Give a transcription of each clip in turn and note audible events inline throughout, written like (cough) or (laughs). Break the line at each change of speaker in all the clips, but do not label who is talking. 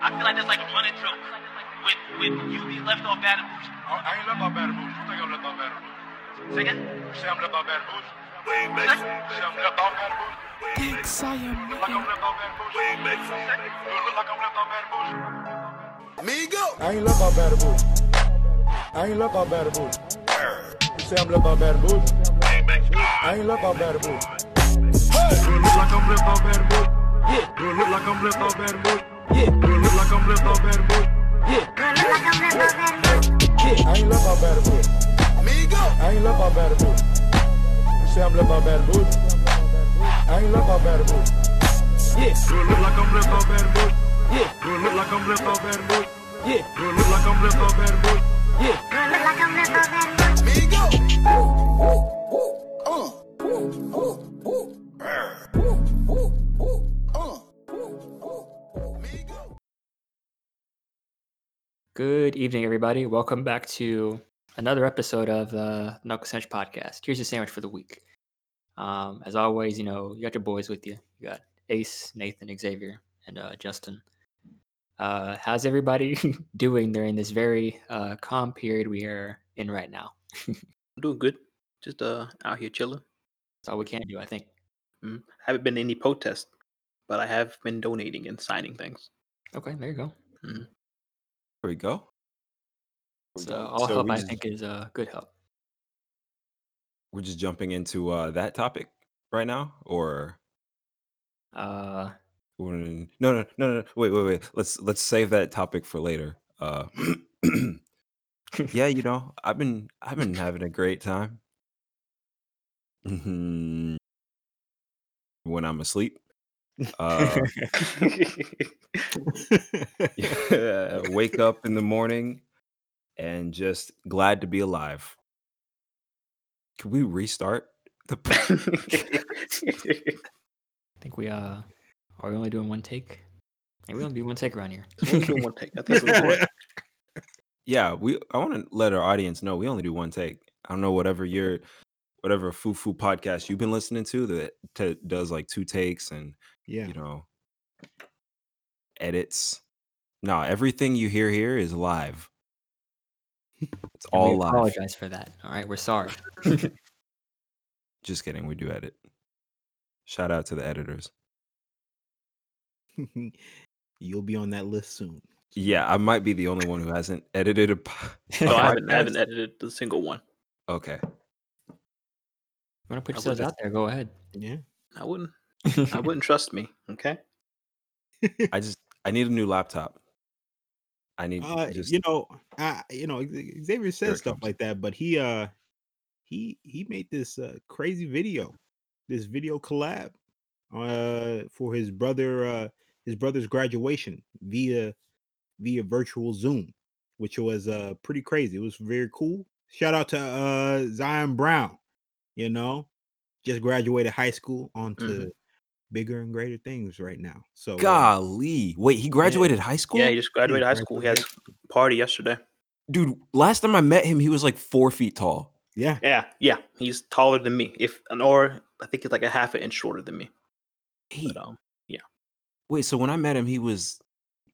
I feel like that's like a running joke. With with you be left off Baton Rouge.
I I ain't left off Baton Rouge. You think I'm left off Baton Rouge?
Say again?
You say I'm left off Baton Rouge?
Say-
You say I'm left off Baton Rouge?
Thinks I am
Look like I'm left off Baton Rouge? You look like I'm left off Baton Rouge?
I ain't left out Baton Rouge. I ain't left out Baton Rouge. You say I'm left out Baton Rouge? I ain't left out Baton Rouge.
Do it look like I'm left off Baton Rouge? Do it look like I'm left off Baton Rouge? Do it look like I'm left off Baton Rouge?
I ain't left out Baton Rouge. I ain't left out Baton Rouge. You say I'm left out Baton Rouge? I ain't left out Baton Rouge.
Do it look like I'm left off Baton Rouge? Do it look like I'm left off Baton Rouge? Do it look like I'm left off Baton Rouge?
Good evening, everybody. Welcome back to another episode of the Knuckle Sandwich Podcast. Here's your sandwich for the week. Um, as always, you know, you got your boys with you. You got Ace, Nathan, Xavier, and uh, Justin. Uh, how's everybody (laughs) doing during this very uh, calm period we are in right now?
I'm doing good. Just uh out here chilling.
That's all we can do, I think.
Mm. Haven't been to any protests, but I have been donating and signing things.
Okay, there you go.
There we go.
So all
So
help,
we
I
just-
think, is uh, good help.
We're just jumping into uh, that topic right now, or
Uh,
or- no, no, no, no. Wait, wait, wait. Let's let's save that topic for later. Uh, (clears throat) yeah, you know, I've been I've been having a great time. Mhm. When I'm asleep. Uh, yeah, wake up in the morning and just glad to be alive. Can we restart the
I think we uh, are we only doing one take? I think we only do one take around here.
We're doing one take. I think we're doing-
Yeah, we I want to let our audience know we only do one take. I don't know whatever your whatever foo foo podcast you've been listening to that t- does like two takes and
Yeah. (laughs)
you know edits. No, everything you hear here is live. It's
And
all
we
live.
apologize for that. All right, we're sorry.
Just kidding, we do edit. Shout out to the editors.
You'll be on that list soon.
Yeah, I might be the only one who hasn't edited a. po-
(laughs)
a
no, I haven't, I
podcast.
haven't edited a single one.
Okay,
You want to put
I would
yourselves
have-
out there? Go ahead.
Yeah.
I wouldn't. I wouldn't trust me. Okay.
I just I need a new laptop. I need
Uh,
just
you know, I you know X- Xavier
it
says stuff
comes.
like that, but he uh he he made this uh, crazy video, this video collab uh for his brother uh his brother's graduation via via virtual Zoom, which was uh pretty crazy. It was very cool. Shout out to uh Zion Brown, you know, just graduated high school onto bigger and greater things right now. So uh,
Mm-hmm. golly. Wait, he graduated high school.
Yeah, he just graduated high school. He has a party yesterday.
Dude, last time I met him, he was like four feet tall.
yeah,
Yeah, yeah. He's taller than me. If an or I think he's like a half an inch shorter than me.
He,
But um,
wait, so when I met him, he was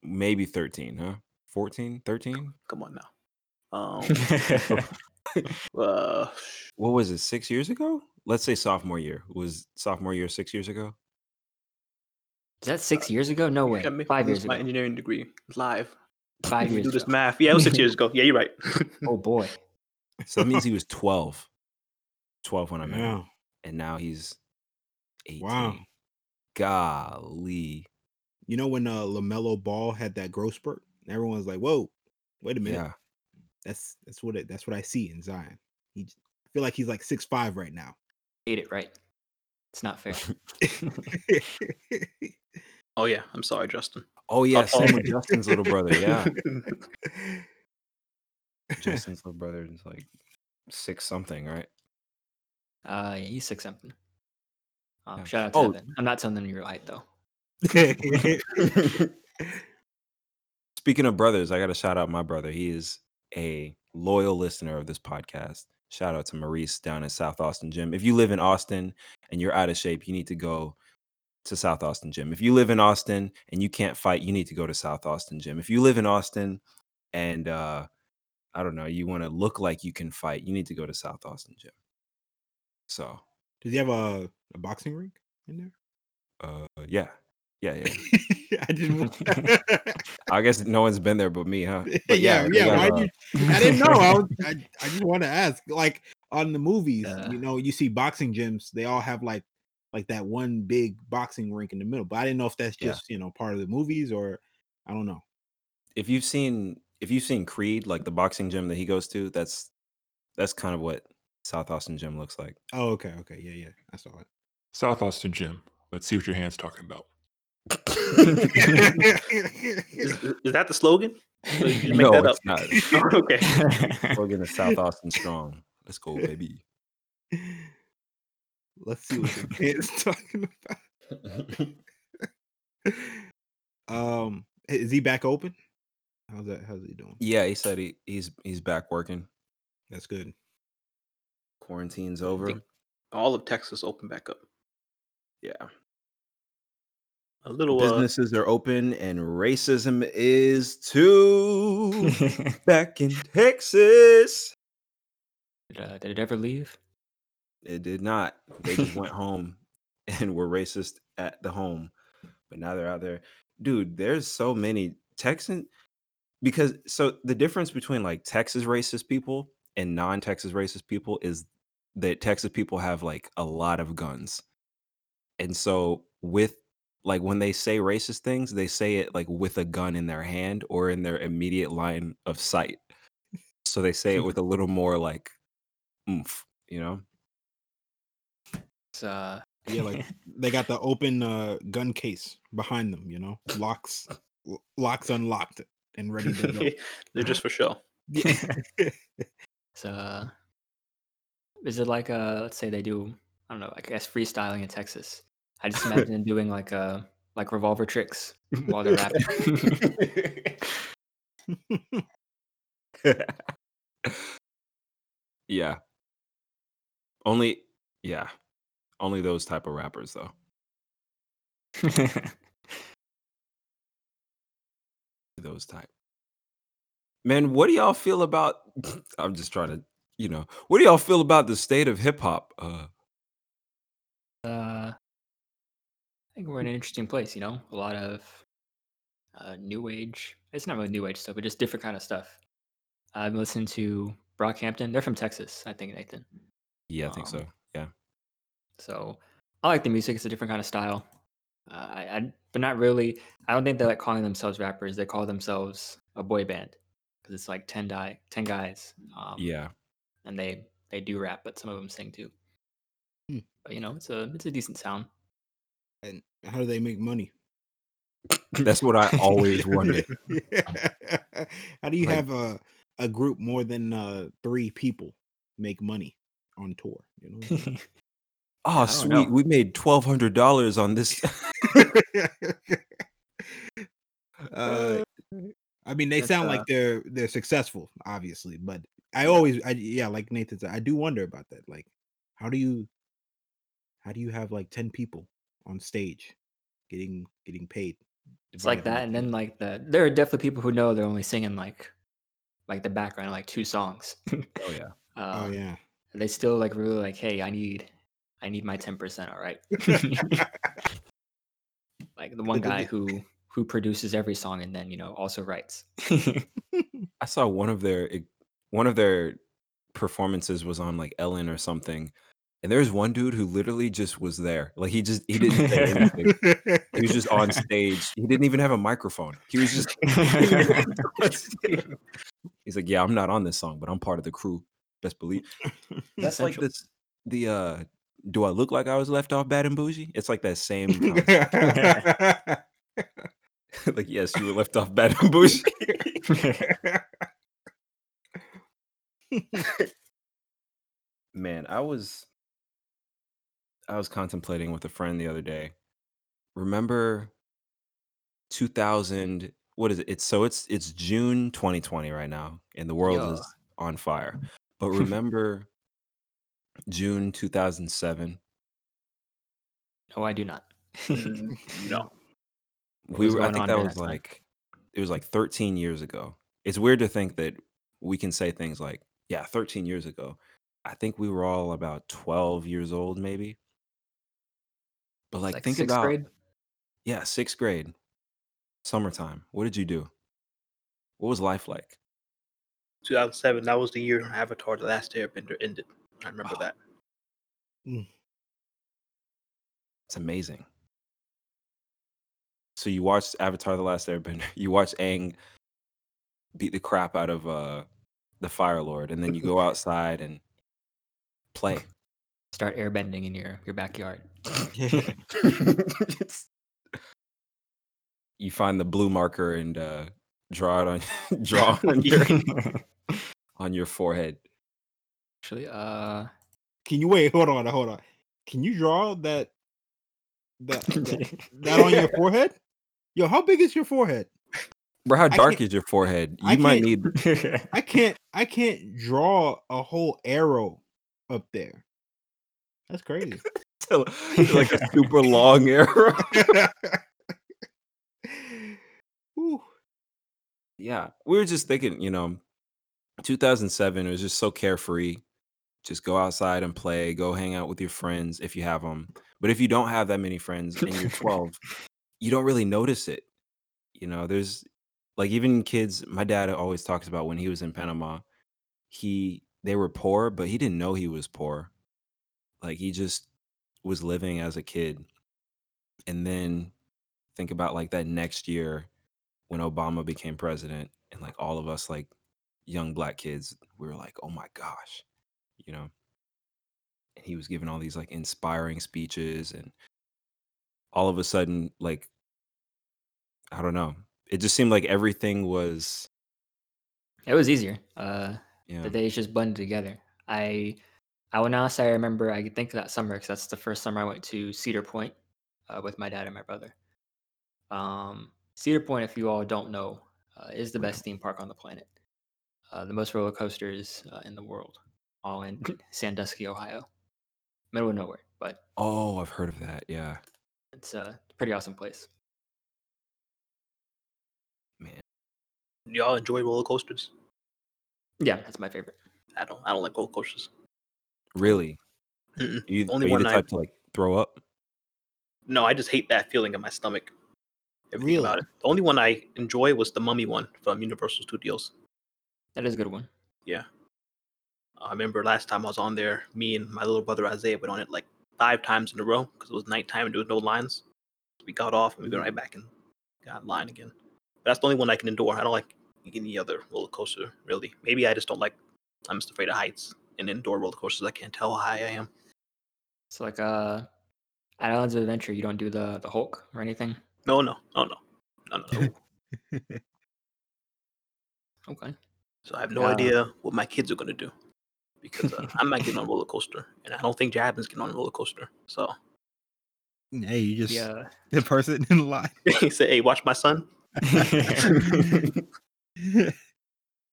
maybe thirteen, huh? 14,
(laughs)
13?
come on now. Um, uh,
(laughs) What was it? Six years ago? Let's say sophomore year. Was sophomore year six years ago?
Is that six years ago? No way.
I may-
Five
lose
years
my
ago.
engineering degree live.
Five
If you
years
(laughs) do this
ago.
math. Yeah, it was six years ago. Yeah,
(laughs)
you're right.
Oh boy.
So that means he was twelve. Twelve when I E met him.
yeah.
and now he's 18.
Wow.
Golly.
You know when uh Lamelo Ball had that growth spurt, everyone's like, "Whoa, wait a minute,
Yeah.
that's that's what it, that's what I see in Zion." He j- I feel like he's like six five right
(laughs)
now.
Ate it right. It's not fair.
oh yeah, I'm sorry, Justin.
Oh yeah,
oh.
same with Justin's little brother. Yeah. (laughs) Justin's little brother is like six something, right?
Uh, yeah, he's six something. Um,
Yeah.
shout out to
Oh.
Evan. I'm not telling them your height though.
Speaking of brothers, I gotta shout out my brother. He is a loyal listener of this podcast. Shout out to Maurice down in South Austin Gym. If you live in Austin and you're out of shape, you need to go to South Austin Gym. If you live in Austin and you can't fight, you need to go to South Austin Gym. If you live in Austin and uh, I don't know, you want to look like you can fight, you need to go to South Austin Gym. So,
(laughs) Does he have a, a boxing ring in there? (laughs)
uh, yeah, yeah, yeah.
I
(laughs)
didn't. wa-
I guess no one's been there but
(laughs)
me, huh? But
yeah, yeah.
they got,
Why
uh,
do you, I didn't know. I,
(laughs)
(laughs)
was, I, I just want to ask. Like on the movies,
Uh.
you know, you see boxing gyms. They all have like like that one big boxing rink in the middle. But I didn't know if that's
Yeah.
just you know part of the movies or I don't know.
if you've seen if you've seen Creed, like the boxing gym that he goes to, that's that's kind of what South Austin Gym looks like.
Oh, okay, okay, yeah, yeah. I saw
South Austin Gym. Let's see what your hand's talking about.
it.
(laughs) Is, is that the slogan? So you
(laughs)
just (laughs) make
no,
that up.
it's
(laughs)
not.
okay.
We're getting South Austin strong. Let's go, baby.
(laughs) Let's see
(laughs)
what the kid's talking about. Um, is he back open? How's that? How's he doing?
Yeah, he said he, he's he's back working.
That's good.
Quarantine's over.
think- All of Texas open back up.
Yeah,
A little (laughs) uh,
businesses are open and racism
(laughs)
is too. back in Texas,
did, uh, did it ever leave?
it did not. They just went home (laughs) and were racist at the home, but now they're out there. Dude, there's so many Texan because so the difference between like Texas racist people and non-Texas racist people is that Texas people have like a lot of guns. And so with like when they say racist things, they say it like with a gun in their hand or in their immediate line of sight. So they say it with a little more like oomph, you know?
It's, uh,
Yeah, like they got the open uh, gun case behind them. You know, locks l- locks unlocked and ready to
(laughs)
go.
they're just for show.
it's, uh, is it like uh, let's say they do I don't know, I guess freestyling in Texas. I just imagine them doing like uh, like revolver tricks while they're rapping.
(laughs) yeah. Only yeah. Only those type of
(laughs)
rappers though. Those type. Man, what do y'all feel about (laughs) I'm just trying to, you know, what do y'all feel about the state of hip hop? Uh
uh, I think we're in an interesting place. You know, a lot of uh, new age. It's not really new age stuff, but just different kind of stuff. I've listened to Brockhampton. They're from Texas, I think, Nathan.
yeah, I think so.
Um, So I like the music. It's a different kind of style. Uh, I, I, they're not really. I don't think they're like calling themselves rappers. They call themselves a boy band because it's like ten die, ten guys. Um,
Yeah.
and they they do rap, but some of them sing too.
Hmm.
But you know, it's a it's a decent sound. (laughs)
And how do they make money?
That's
(laughs)
what I always
(laughs)
wondered. Oh,
how do you
Like-
have a a group more than uh, three people make money on tour? You know.
Oh,
don't
sweet.
know.
We made twelve hundred dollars on
(laughs)
this.
(laughs) uh, I mean, they
That's,
sound
uh,
like they're they're successful, obviously, but I always, I yeah, like Nathan said, I do wonder about that. Like, how do you, how do you have like ten people on stage, getting getting paid?
It's like that, and then like the there are definitely people who know they're only singing like like the background, like two songs. (laughs)
oh yeah.
Uh,
oh yeah,
They still like really like, hey, I need I need my ten percent. All right. (laughs) like the one
Did they
guy
get-
who who produces every song and then you know also writes. (laughs)
I saw one of their e- one of their performances was on like Ellen or something, and there was one dude who literally just was there. Like he just he
Oh,
uh, (laughs) didn't say anything. He was just on stage. He didn't even have a microphone. He was just. (laughs) He's like, yeah, I'm not on this song, but I'm part of the crew. Best believe. That's like
Essential.
this. The uh, do I look like I was left off bad and bougie? It's like that same.
(laughs)
kind of- (laughs) like yes, you were left off bad and bougie.
(laughs)
man i was i was contemplating with a friend the other day remember 2000 what is it it's so it's it's june 2020 right now and the world
Yeah.
is on fire but remember june 2007
no, I do not. (laughs)
no.
what
we
was
were, I
going
think
on
that
during
was
that time.
like it was like 13 years ago. It's weird to think that we can say things like, yeah, 13 years ago. I think we were all about 12 years old maybe. But like,
Like
think
sixth
about
grade?
yeah, 6th grade. Summertime. What did you do? What was life like?
2007. That was the year Avatar: The Last Airbender ended. I remember
Oh.
that.
It's amazing. So you watched Avatar: The Last Airbender. (laughs) You watch Aang beat the crap out of uh, the Fire Lord, and then you
(laughs)
go outside and play.
Start airbending in your your backyard.
(laughs)
you find the blue marker and uh, draw it on (laughs)
(laughs)
draw on your (laughs) on your forehead.
Actually, uh,
Can you wait? Hold on, hold on. Can you draw that
(laughs)
that that, that on your forehead? Yo, how big is your forehead?
Bro, how dark
can't-
is your forehead? You
I
might
can't-
need.
(laughs) I can't I can't draw a whole arrow up there. That's crazy.
to, (laughs) like a super long arrow.
(laughs) Whew.
yeah, we were just thinking, you know, 2007 it was just so carefree. Just go outside and play, go hang out with your friends if you have them. But if you don't have that many friends and you're 12, you don't really notice it. You know, there's like even kids, my dad always talks about when he was in Panama, he they were poor, but he didn't know he was poor. Like he just was living as a kid. And then think about like that next year when Obama became president and like all of us like young black kids, we were like, oh my gosh, you know. And he was giving all these like inspiring speeches and all of a sudden, like I don't know. It just seemed like everything was
it was easier. Uh,
you know,
the days just blended together. I I will now say I remember I think that summer because that's the first summer I went to Cedar Point uh, with my dad and my brother. Um, Cedar Point, if you all don't know, uh, is the best theme park on the planet. Uh, the most roller coasters uh, in the world, all
(laughs)
in Sandusky, Ohio, middle of nowhere, but
oh, I've heard of that. Yeah.
it's uh, a pretty awesome place.
Y'all enjoy roller coasters?
Yeah, that's my favorite.
I don't. I don't like roller coasters.
Really?
Mm-mm.
You,
Only
are you
one
the
I-
type to like throw up?
No, I just hate that feeling in my stomach. If you think about
Really?
it. The only one I enjoy was the Mummy one from Universal Studios.
That is a good one.
I remember last time I was on there, me and my little brother Isaiah went on it like five times in a row because it was nighttime and there was no lines. We got off and we went right back and got in line again. But that's the only one I can endure. I don't like any other roller coaster really. Maybe I just don't like. I'm just afraid of heights and indoor roller coasters. I can't tell how high I am.
So like uh, at Islands of Adventure, you don't do the the Hulk or anything.
No, no, no, no, no, no. no.
Okay.
So I have no
Yeah.
idea what my kids are gonna do because uh, I'm not getting on a roller coaster, and I don't think Jasmine's getting on a roller coaster. So (laughs)
Hey, you just
Yeah.
the person in line.
he said, "Hey, watch my son."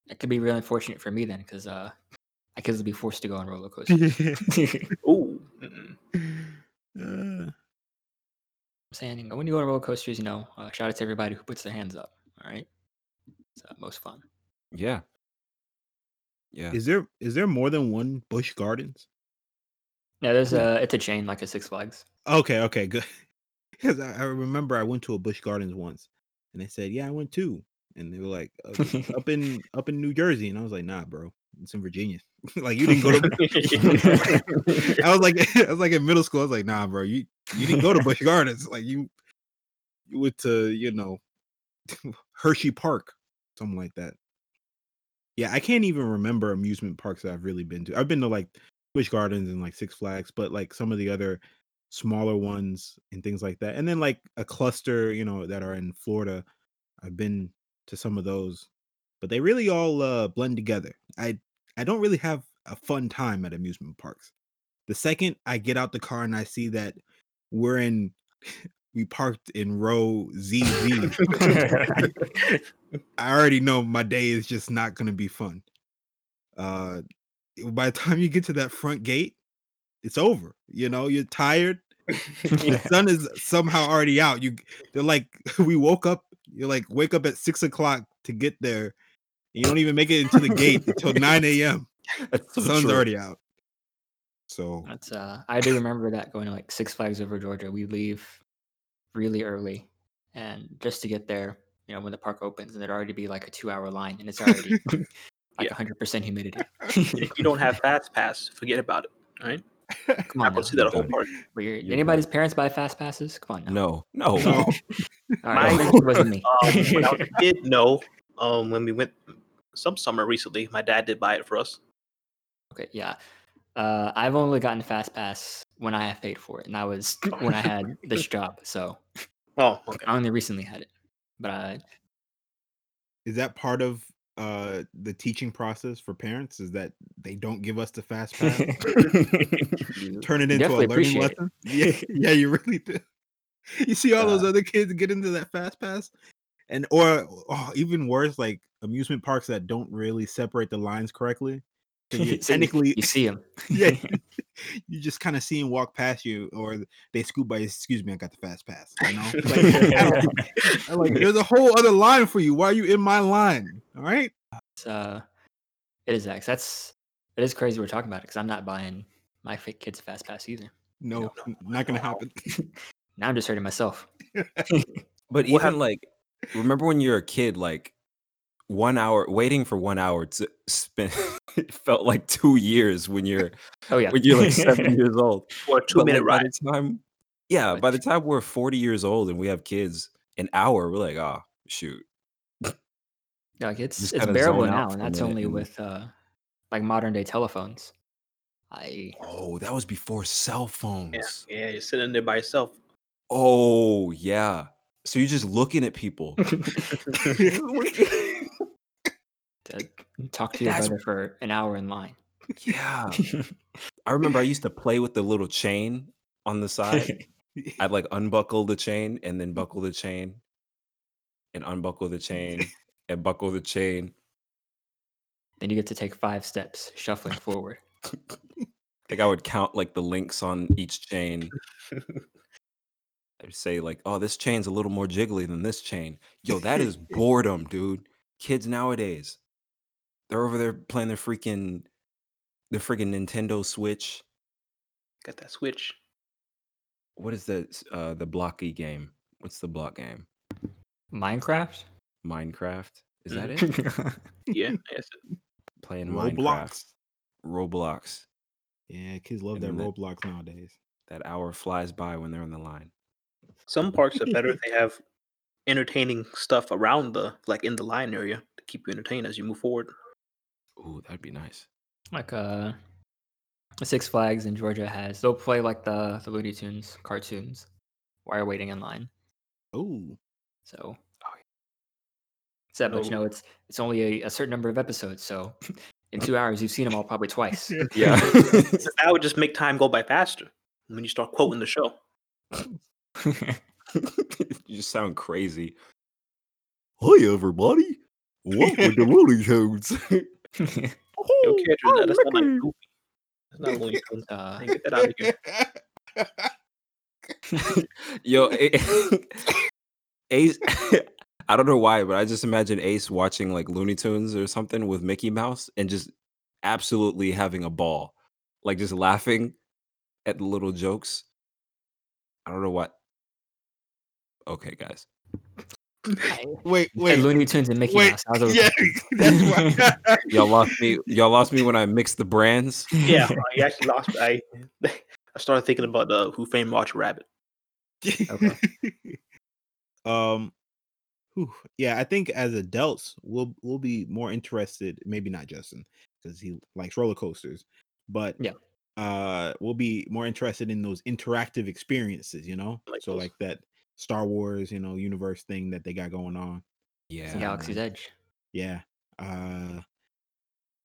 It could be really unfortunate for me then, because uh, I kids will be forced to go on roller
(laughs)
coasters. (laughs) I'm
Ooh, mm-mm.
Uh,
saying when you go on roller coasters, you know, uh, shout out to everybody who puts their hands up. All right, it's uh, most fun.
Yeah. Yeah.
is there is there more than one Bush Gardens?
Yeah, there's a it's a chain like a Six Flags.
Okay, okay, good. (laughs) Because I, I remember I went to a Bush Gardens once, and they said, "Yeah, I went too," and they were like, "Uh, "Up in up in New Jersey," and I was like, "Nah, bro, it's in Virginia." (laughs) like you didn't go to.
(laughs)
I was like, (laughs) I was like in middle school. I was like, "Nah, bro, you you didn't go to Bush Gardens. Like you you went to you know (laughs) Hershey Park, something like that." Yeah, I can't even remember amusement parks that I've really been to. I've been to like Bush Gardens and like Six Flags, but like some of the other smaller ones and things like that. And then like a cluster, you know, that are in Florida. I've been to some of those, but they really all uh, blend together. I I don't really have a fun time at amusement parks. The second I get out the car and I see that we're in (laughs) we parked in row ZZ, I already know my day is just not going to be fun. Uh by the time you get to that front gate, it's over. You know, you're tired. the sun is somehow already out. You they're like (laughs) we woke up. You're like wake up at six o'clock to get there. And you don't even make it into the gate until nine a.m.
That's so
sun's
true.
already out. So
That's uh, I do remember that going to like Six Flags over Georgia. We leave really early, and just to get there, you know, when the park opens, and there'd already be like a two-hour line, and it's already like
Yeah.
100 percent humidity.
And if you don't have Fast Pass, forget about it. All right,
come
I
on, now.
will see that whole
Done.
part.
Weird.
You're
Anybody's parents buy fast passes? Come on, now.
No, no.
(laughs)
(laughs)
(laughs)
No.
All right,
My-
it
(laughs)
wasn't me.
Um, when I was a kid, no. Um, when we went some summer recently, my dad did buy it for us.
Okay, yeah. Uh, I've only gotten fast pass when I have paid for it, and that was when I had
(laughs)
this job. So
Oh, okay.
I only recently had it, but uh,
(laughs)
I,
is that part of uh the teaching process for parents? Is that they don't give us the fast
(laughs)
pass?
(laughs)
turn it into a
Definitely
learning
appreciate it. (laughs)
lesson. Yeah, yeah, you really do. (laughs) You see all
Uh.
those other kids get into that fast pass, and or oh, even worse, like amusement parks that don't really separate the lines correctly. So
(laughs) So
you
you-
technically,
you see him.
yeah, you just kind of see him walk past you, or they scoot by. Excuse me, I got the fast pass. You know, like, (laughs) I'm like, there's a whole other line for you. Why are you in my line? All right.
It's, uh, it is X. That's it is crazy we're talking about it because I'm not buying my fake kids a fast pass either.
No,
No,
n- not gonna happen.
Now I'm just hurting myself.
But
What
even like, remember when you were a kid, like one hour waiting for one hour to spend (laughs) it felt like two years when you're
Oh yeah,
when you're like
(laughs)
(laughs)
seven years old.
For a two
But,
minute ride.
like, By the time, yeah,
But-
by the time we're 40 years old and we have kids, an hour, we're like, oh shoot.
Yeah, like it's
just
it's
kinda
bearable
zone out
now,
for
and
a
that's
minute
only
and-
with uh, like modern day telephones. I
Oh, that was before cell phones.
Yeah, (laughs) yeah, you're sitting there by yourself.
Oh yeah. So you're just looking
(laughs)
at people.
to talk to your
That's-
brother for an hour
(laughs)
in line.
yeah. I remember I used to play with the little chain on the side. I'd like unbuckle the chain and then buckle the chain and unbuckle the chain and buckle the chain.
Then you get to take five steps, shuffling forward.
I think I would count like the links on each chain. I'd say like, oh, this chain's a little more jiggly than this chain. Yo, that is boredom, dude. Kids nowadays, they're over there playing their freaking, the freaking Nintendo Switch.
Got that switch.
What is the s- uh the blocky game? What's the block game?
Minecraft?
Minecraft. Is that it? (laughs)
it?
(laughs) Yeah, yes.
Playing Minecraft.
Roblox.
Roblox.
Yeah, kids love
And
that
then that-
Roblox nowadays.
That hour flies by when they're on the line.
Some parks are better if they have entertaining stuff around the like in the line area to keep you entertained as you move forward.
Ooh, that'd be nice.
like uh Six Flags in Georgia has they'll play like the, the Looney Tunes cartoons while you're waiting in line.
Oh,
So it's that, but you
No.
know it's it's only a, a certain number of
(laughs)
episodes, so in two hours you've seen them all probably twice.
(laughs) Yeah.
That would just make time go by faster when you start quoting the show.
you just sound crazy. Hi, everybody. Welcome (laughs) to Looney Tunes. (laughs)
Yo, catch that. That's not like goofy. That's not Looney Tunes.
(laughs) uh,
Hey, Get that out of here.
(laughs) Yo, A- Ace. (laughs) I don't know why, but I just imagine Ace watching like Looney Tunes or something with Mickey Mouse and just absolutely having a ball, like just laughing at the little jokes. I don't know what. Okay, guys.
(laughs) wait,
Wait,
(laughs) wait,
Looney Tunes and Mickey
wait,
Mouse.
(laughs)
I was
yeah, that's why.
(laughs) Y'all lost me.
(laughs)
Y'all lost me when I mixed the brands. (laughs)
(laughs)
Yeah, I actually lost. I (laughs) I started thinking about uh, Who Framed Roger Rabbit.
Okay.
(laughs) um, whew, yeah, I think as adults, we'll we'll be more interested. Maybe not Justin because he likes roller coasters, but
Yeah.
uh, we'll be more interested in those interactive experiences. You know,
Like
so
those-
like that Star Wars, you know, universe thing that they got going on.
Yeah.
Galaxy's Edge.
Yeah. Uh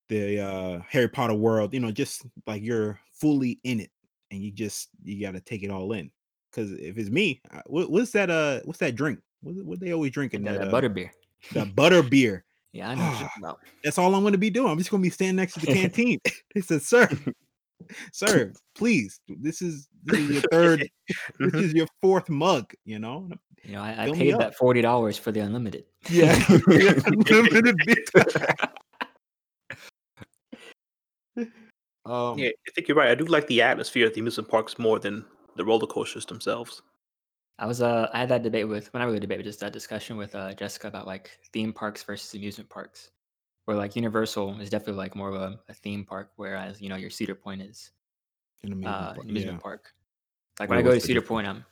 the uh Harry Potter world, you know, just like you're fully in it and you just you got to take it all in. Cuz if it's me, I- what, what's that uh what's that drink? What, what they always drinking
And that,
uh,
that butterbeer.
the butter beer. (sighs)
Yeah, I know. what you're talking about.
(laughs) That's all I'm going to be doing. I'm just going to be standing next to the canteen. they said, "Sir, sir, please. This is this is your third, this is your fourth mug, you know?
You know, I, I
Fill me
paid
up.
that forty dollars for the unlimited.
Yeah. Unlimited bit. um,
Yeah, I think you're right. I do like the atmosphere at the amusement parks more than the roller coasters themselves.
I was uh I had that debate with well, not really a debate, but just that discussion with uh Jessica about like theme parks versus amusement parks. Where like Universal is definitely like more of a, a theme park, whereas you know your Cedar Point is
an amusement
uh,
park,
an amusement
yeah.
park. Like when
Wait,
I go to
what's the
Cedar Point, I'm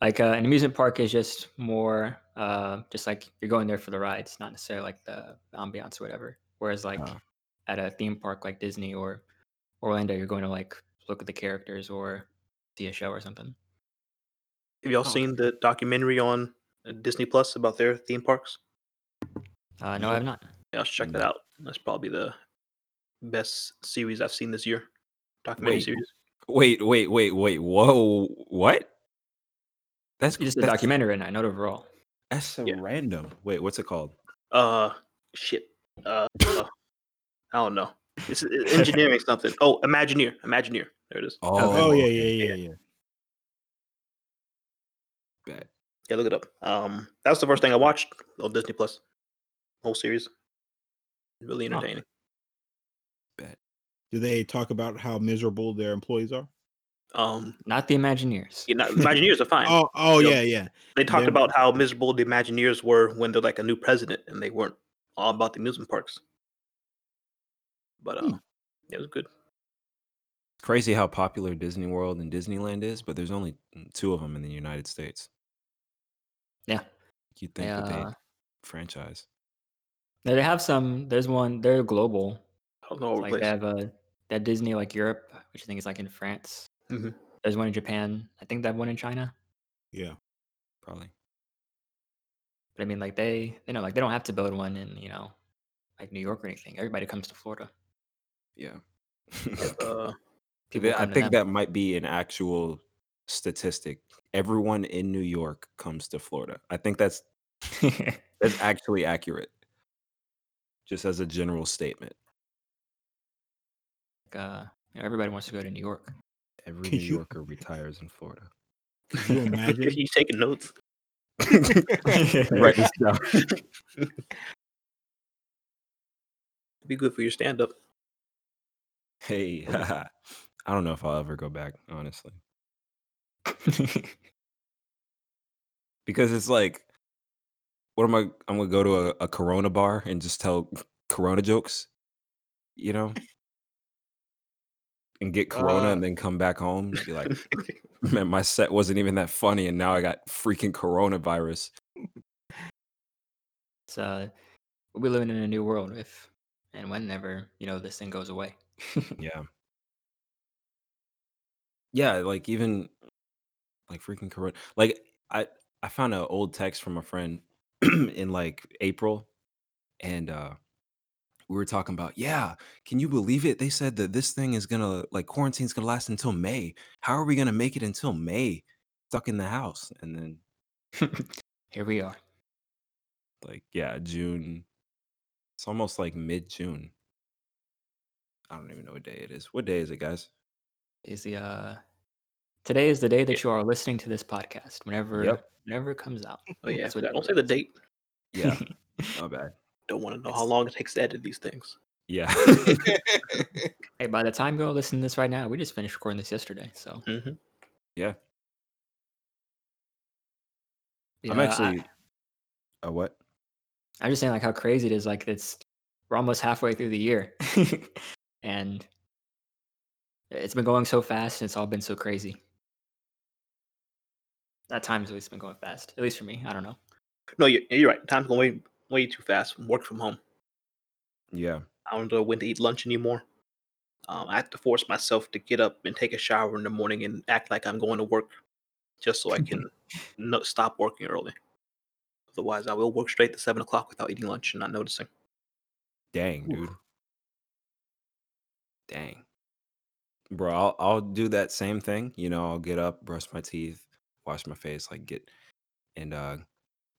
like uh, an amusement park is just more uh just like you're going there for the rides, not necessarily like the ambiance or whatever. Whereas like
Ah.
at a theme park like Disney or Orlando, you're going to like look at the characters or see a show or something.
Have y'all
Oh.
seen the documentary on uh, Disney Plus about their theme parks?
Uh, no, I have not.
Yeah, I'll check that
No.
out. That's probably the best series I've seen this year. Documentary
Wait.
series.
(laughs) Wait, wait, wait, wait. Whoa, what? That's
It's just a
that's-
documentary, and I know it overall.
That's so
Yeah.
random. Wait, what's it called?
Uh, shit. Uh, uh, I don't know. It's uh, engineering something. Oh, Imagineer. Imagineer. There it is.
Oh, yeah, yeah, yeah, yeah.
Bet.
Yeah, look it up. Um, that was the first thing I watched on Disney Plus. Whole series. Really
Huh.
entertaining.
Do they talk about how miserable their employees are?
Um,
Not the Imagineers. (laughs)
you know, Imagineers are fine.
Oh, oh
Yo.
yeah, yeah.
They talked
Them-
about how miserable the Imagineers were when they're like a new president and they weren't all about the amusement parks. But uh, it was good.
Crazy how popular Disney World and Disneyland is, but there's only mm, two of them in the United States.
Yeah.
You'd think
They,
that they
uh,
franchise.
no, they have some. There's one. They're global.
I don't know.
Like
what
they
place.
have a that Disney like Europe, which I think is like in France.
Mhm.
There's one in Japan. I think that one in China.
Yeah.
Probably.
But I mean, like they, you know, like they don't have to build one in you know, like New York or anything. Everybody comes to Florida.
Yeah. (laughs)
Uh,
People
I
come to them.
think that might be an actual statistic. Everyone in New York comes to Florida. I think that's
(laughs)
that's actually accurate. Just as a general statement.
like, uh, you know, everybody wants to go to New York.
Every New
Can you-
Yorker retires in Florida.
Can you
(laughs)
imagine?
he's taking notes.
right. now.
(laughs) Be good for your stand (laughs) up.
Hey, (laughs) I don't know if I'll ever go back, honestly. (laughs) because it's like, what am I? I'm gonna go to a, a Corona bar and just tell (laughs) Corona jokes, you know, and get Corona
Uh.
and then come back home. And
(laughs)
be like, man, my set wasn't even that funny, and now I got freaking coronavirus.
It's uh, we'll be living in a new world if and whenever you know this thing goes away.
Yeah. Yeah, like even like freaking corona. Like I I found an old text from a friend (clears throat) in like April and uh we were talking about, yeah, can you believe it? They said that this thing is going to like quarantine's going to last until May. How are we going to make it until May stuck in the house? And then
Here we are.
like yeah, June it's almost like mid-June. I don't even know what day it is. What day is it, guys?
is the uh today is the day that you are listening to this podcast whenever
Yep.
whenever it comes
(laughs)
out
Oh, yeah.
That's what
Don't
it
say the
is.
date.
(laughs)
Yeah. My bad.
Don't want to know how long it takes to edit these things.
(laughs) Yeah.
hey by the time you're listening to this right now we just finished recording this yesterday so
Mm-hmm.
Mhm.
you
I'm
know, I-
actually. Uh, what?
i'm just saying like how crazy it is like it's we're almost halfway through the year (laughs) and it's been going so fast and it's all been so crazy at times at least it's been going fast at least for me i don't know (laughs)
No, you're, you're right. Time's going way, way too fast. Work from home.
Yeah.
I don't know when to eat lunch anymore. Um, I have to force myself to get up and take a shower in the morning and act like I'm going to work, just so I can no, stop working early. Otherwise, I will work straight to seven o'clock without eating lunch and not noticing.
Dang, dude. Dang. Bro, I'll I'll do that same thing. You know, I'll get up, brush my teeth, wash my face, like get and uh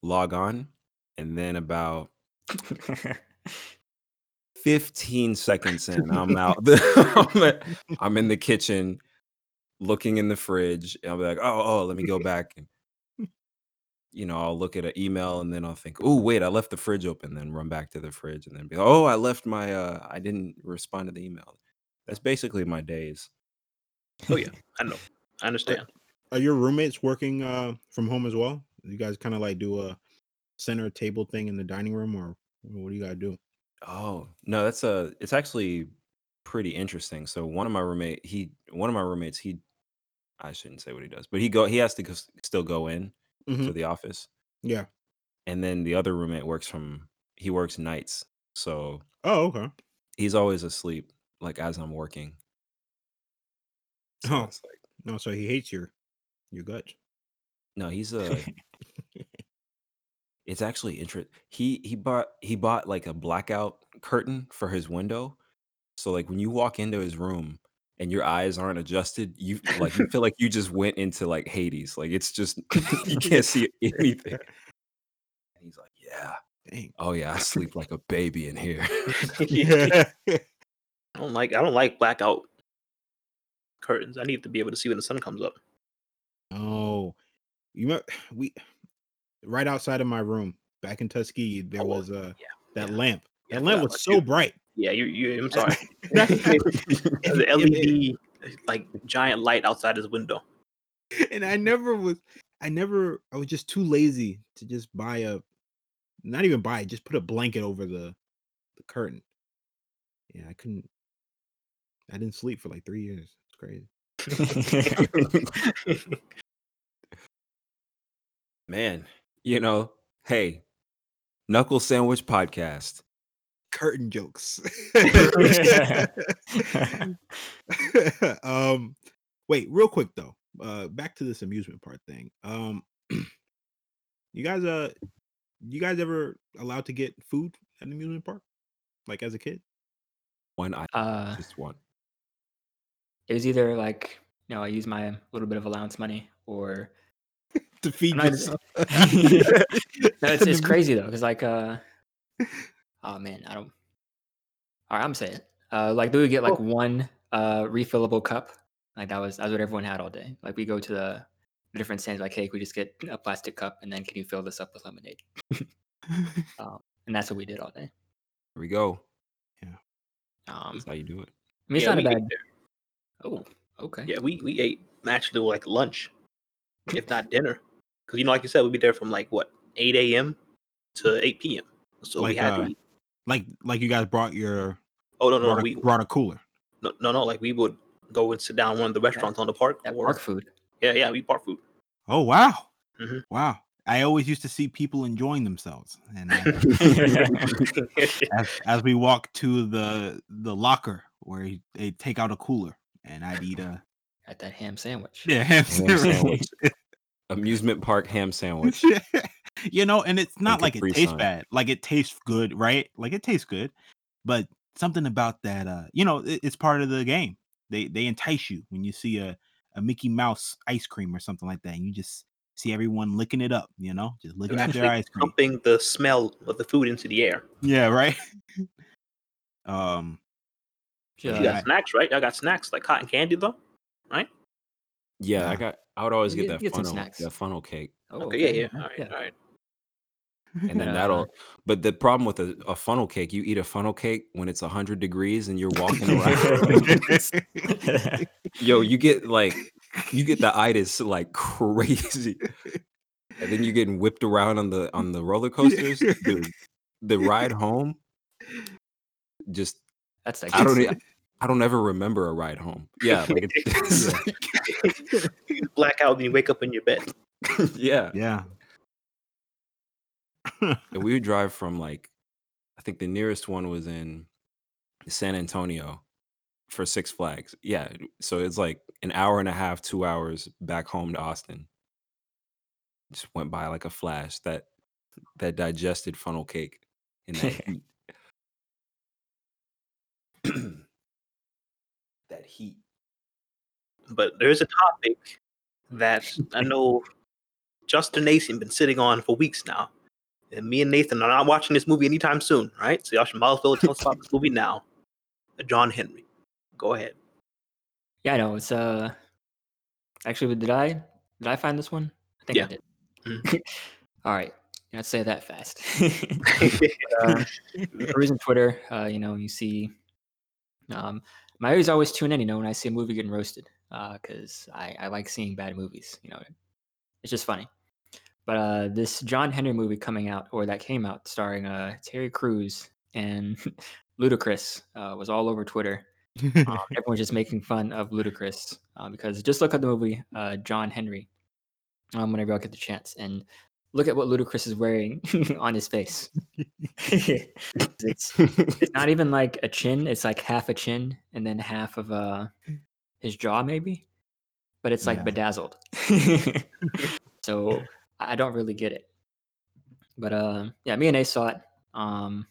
log on, and then about 15 seconds in, I'm out. the- (laughs) I'm in the kitchen looking in the fridge. And I'll be like, oh, oh, let me go back. And, you know, I'll look at an email and then I'll think, oh, wait, I left the fridge open. Then run back to the fridge and then be like, oh, I left my, uh, I didn't respond to the email. That's basically my days.
Oh yeah, I know. I understand.
Are your roommates working uh, from home as well? You guys kind of like do a center table thing in the dining room, or what do you guys do?
Oh no, that's a. It's actually pretty interesting. So one of my roommate, he one of my roommates, he, I shouldn't say what he does, but he go he has to go, still go in to
Mhm.
the office,
Yeah.
and then the other roommate works from he works nights, so
Oh, okay.
he's always asleep like as I'm working. So
Oh.
it's like,
No, so he hates your your guts.
no, he's a. it's actually interesting. He he bought he bought like a blackout curtain for his window. So like when you walk into his room and your eyes aren't adjusted, you like you feel like you just went into like Hades. Like it's just (laughs) you can't see anything. And he's like, Yeah.
(laughs)
Dang.
Oh yeah, I sleep like a baby in here.
(laughs)
I don't like. I don't like blackout curtains. I need to be able to see when the sun comes up.
Oh, you know, (sighs) we right outside of my room back in Tuskegee, there
Oh,
was uh
yeah,
that
yeah.
lamp.
Yeah,
that lamp
that
was
was
so
good.
bright.
Yeah, you. you I'm sorry. (laughs)
If-
the E
if-
LED like giant light outside his window.
and I never was. I never. I was just too lazy to just buy a, not even buy it. Just put a blanket over the, the curtain. Yeah, I couldn't. I didn't sleep for like three years. It's crazy.
Man, you know, hey, Knuckle Sandwich Podcast.
Curtain (laughs) jokes. um, wait, real quick though. Uh, back to this amusement park thing. Um, (clears throat) you guys, uh, you guys ever allowed to get food at an amusement park, like as a kid?
One I
Uh,
just one.
it was either like you know I use my um, little bit of allowance money or
to feed
I'm not-
yourself. (laughs)
no, it's, it's crazy though because like uh oh man I don't all right I'm saying it. uh like they would get like one uh refillable cup like that was that's what everyone had all day like we go to the the different stands like hey can we just get a plastic cup and then can you fill this up with lemonade um, and that's what we did all day
Here we go.
um
That's how you do it.
I mean it's
yeah,
not a
we ate
bad oh okay
Yeah, we we ate actually like lunch, if not dinner, because you know, like you said, we'd be there from like what eight a.m. to eight p.m. So
Like,
we had
uh,
to. Eat.
like like you guys brought your
Oh no, no,
brought,
no,
a,
we
brought a cooler.
no, no, no, like we would go and sit down in one of the restaurants on the park.
that
or-
park food
Yeah, yeah, we park food. (laughs)
Oh wow,
Mhm.
wow! I always used to see people enjoying themselves, and uh,
(laughs)
as, as we walk to the the locker where he, they take out a cooler, and I'd eat a (laughs)
at that ham sandwich
yeah ham
Ham
sandwich.
sandwich. Amusement park ham
(laughs)
sandwich.
you know, and it's not like it
Capri
tastes
Sun.
bad. Like it tastes good, right? Like it tastes good, but something about that, uh, you know, it, it's part of the game. They they entice you when you see a a Mickey Mouse ice cream or something like that, and you just see everyone licking it up. You know, just
They're
licking at
actually
their ice cream.
Pumping the smell of the food into the air.
Yeah, right. (laughs) um,
You
yeah
Yeah.
got snacks, right? I got snacks like cotton candy though.
Yeah,
Yeah.
I got. I would always
You
get
get-
that
you get some
funnel,
snacks.
that funnel cake,
oh,
Okay, yeah, yeah. All right, all right.
and then
Yeah.
that'll. But the problem with a, a funnel cake, you eat a funnel cake when it's hundred degrees and you're
(laughs)
walking around. Yo, you get like, you get the itis like crazy, and then you're getting whipped around on the on the roller coasters. Dude, the ride home, just
that's that
I don't.
kid's-
e- I don't ever remember a ride home. Yeah, like it's,
You black out and you wake up in your bed.
(laughs) yeah.
yeah.
And we would drive from like, I think the nearest one was in San Antonio for Six Flags. Yeah. So it's like an hour and a half, two hours back home to Austin. Just went by like a flash that that digested funnel cake in that heat. (clears throat) that heat.
But there's a topic that I know Justin Nason been sitting on for weeks now, And me and Nathan are not watching this movie anytime soon, right? So y'all should might as well tell us about this movie now. John Henry. Go ahead. (laughs)
Yeah, I know. It's uh actually but did I did I find this one? I think
Yeah.
I did. (laughs) All right. You're not saying that fast. (laughs) uh, reason Twitter, uh, you know, you see um my ears always tune in, you know, when I see a movie getting roasted. because I, I like seeing bad movies, you know. It's just funny. But uh this John Henry movie coming out or that came out starring uh Terry Crews and (laughs) Ludacris uh, was all over Twitter um, everyone's just making fun of Ludacris uh, because just look at the movie uh, John Henry um, whenever y'all get the chance and look at what Ludacris is wearing (laughs) on his face. (laughs) it's, it's not even like a chin; it's like half a chin and then half of uh, his jaw, maybe. But it's like
Yeah.
bedazzled, (laughs) so I I don't really get it. But uh, yeah, me and Ace saw it. Um,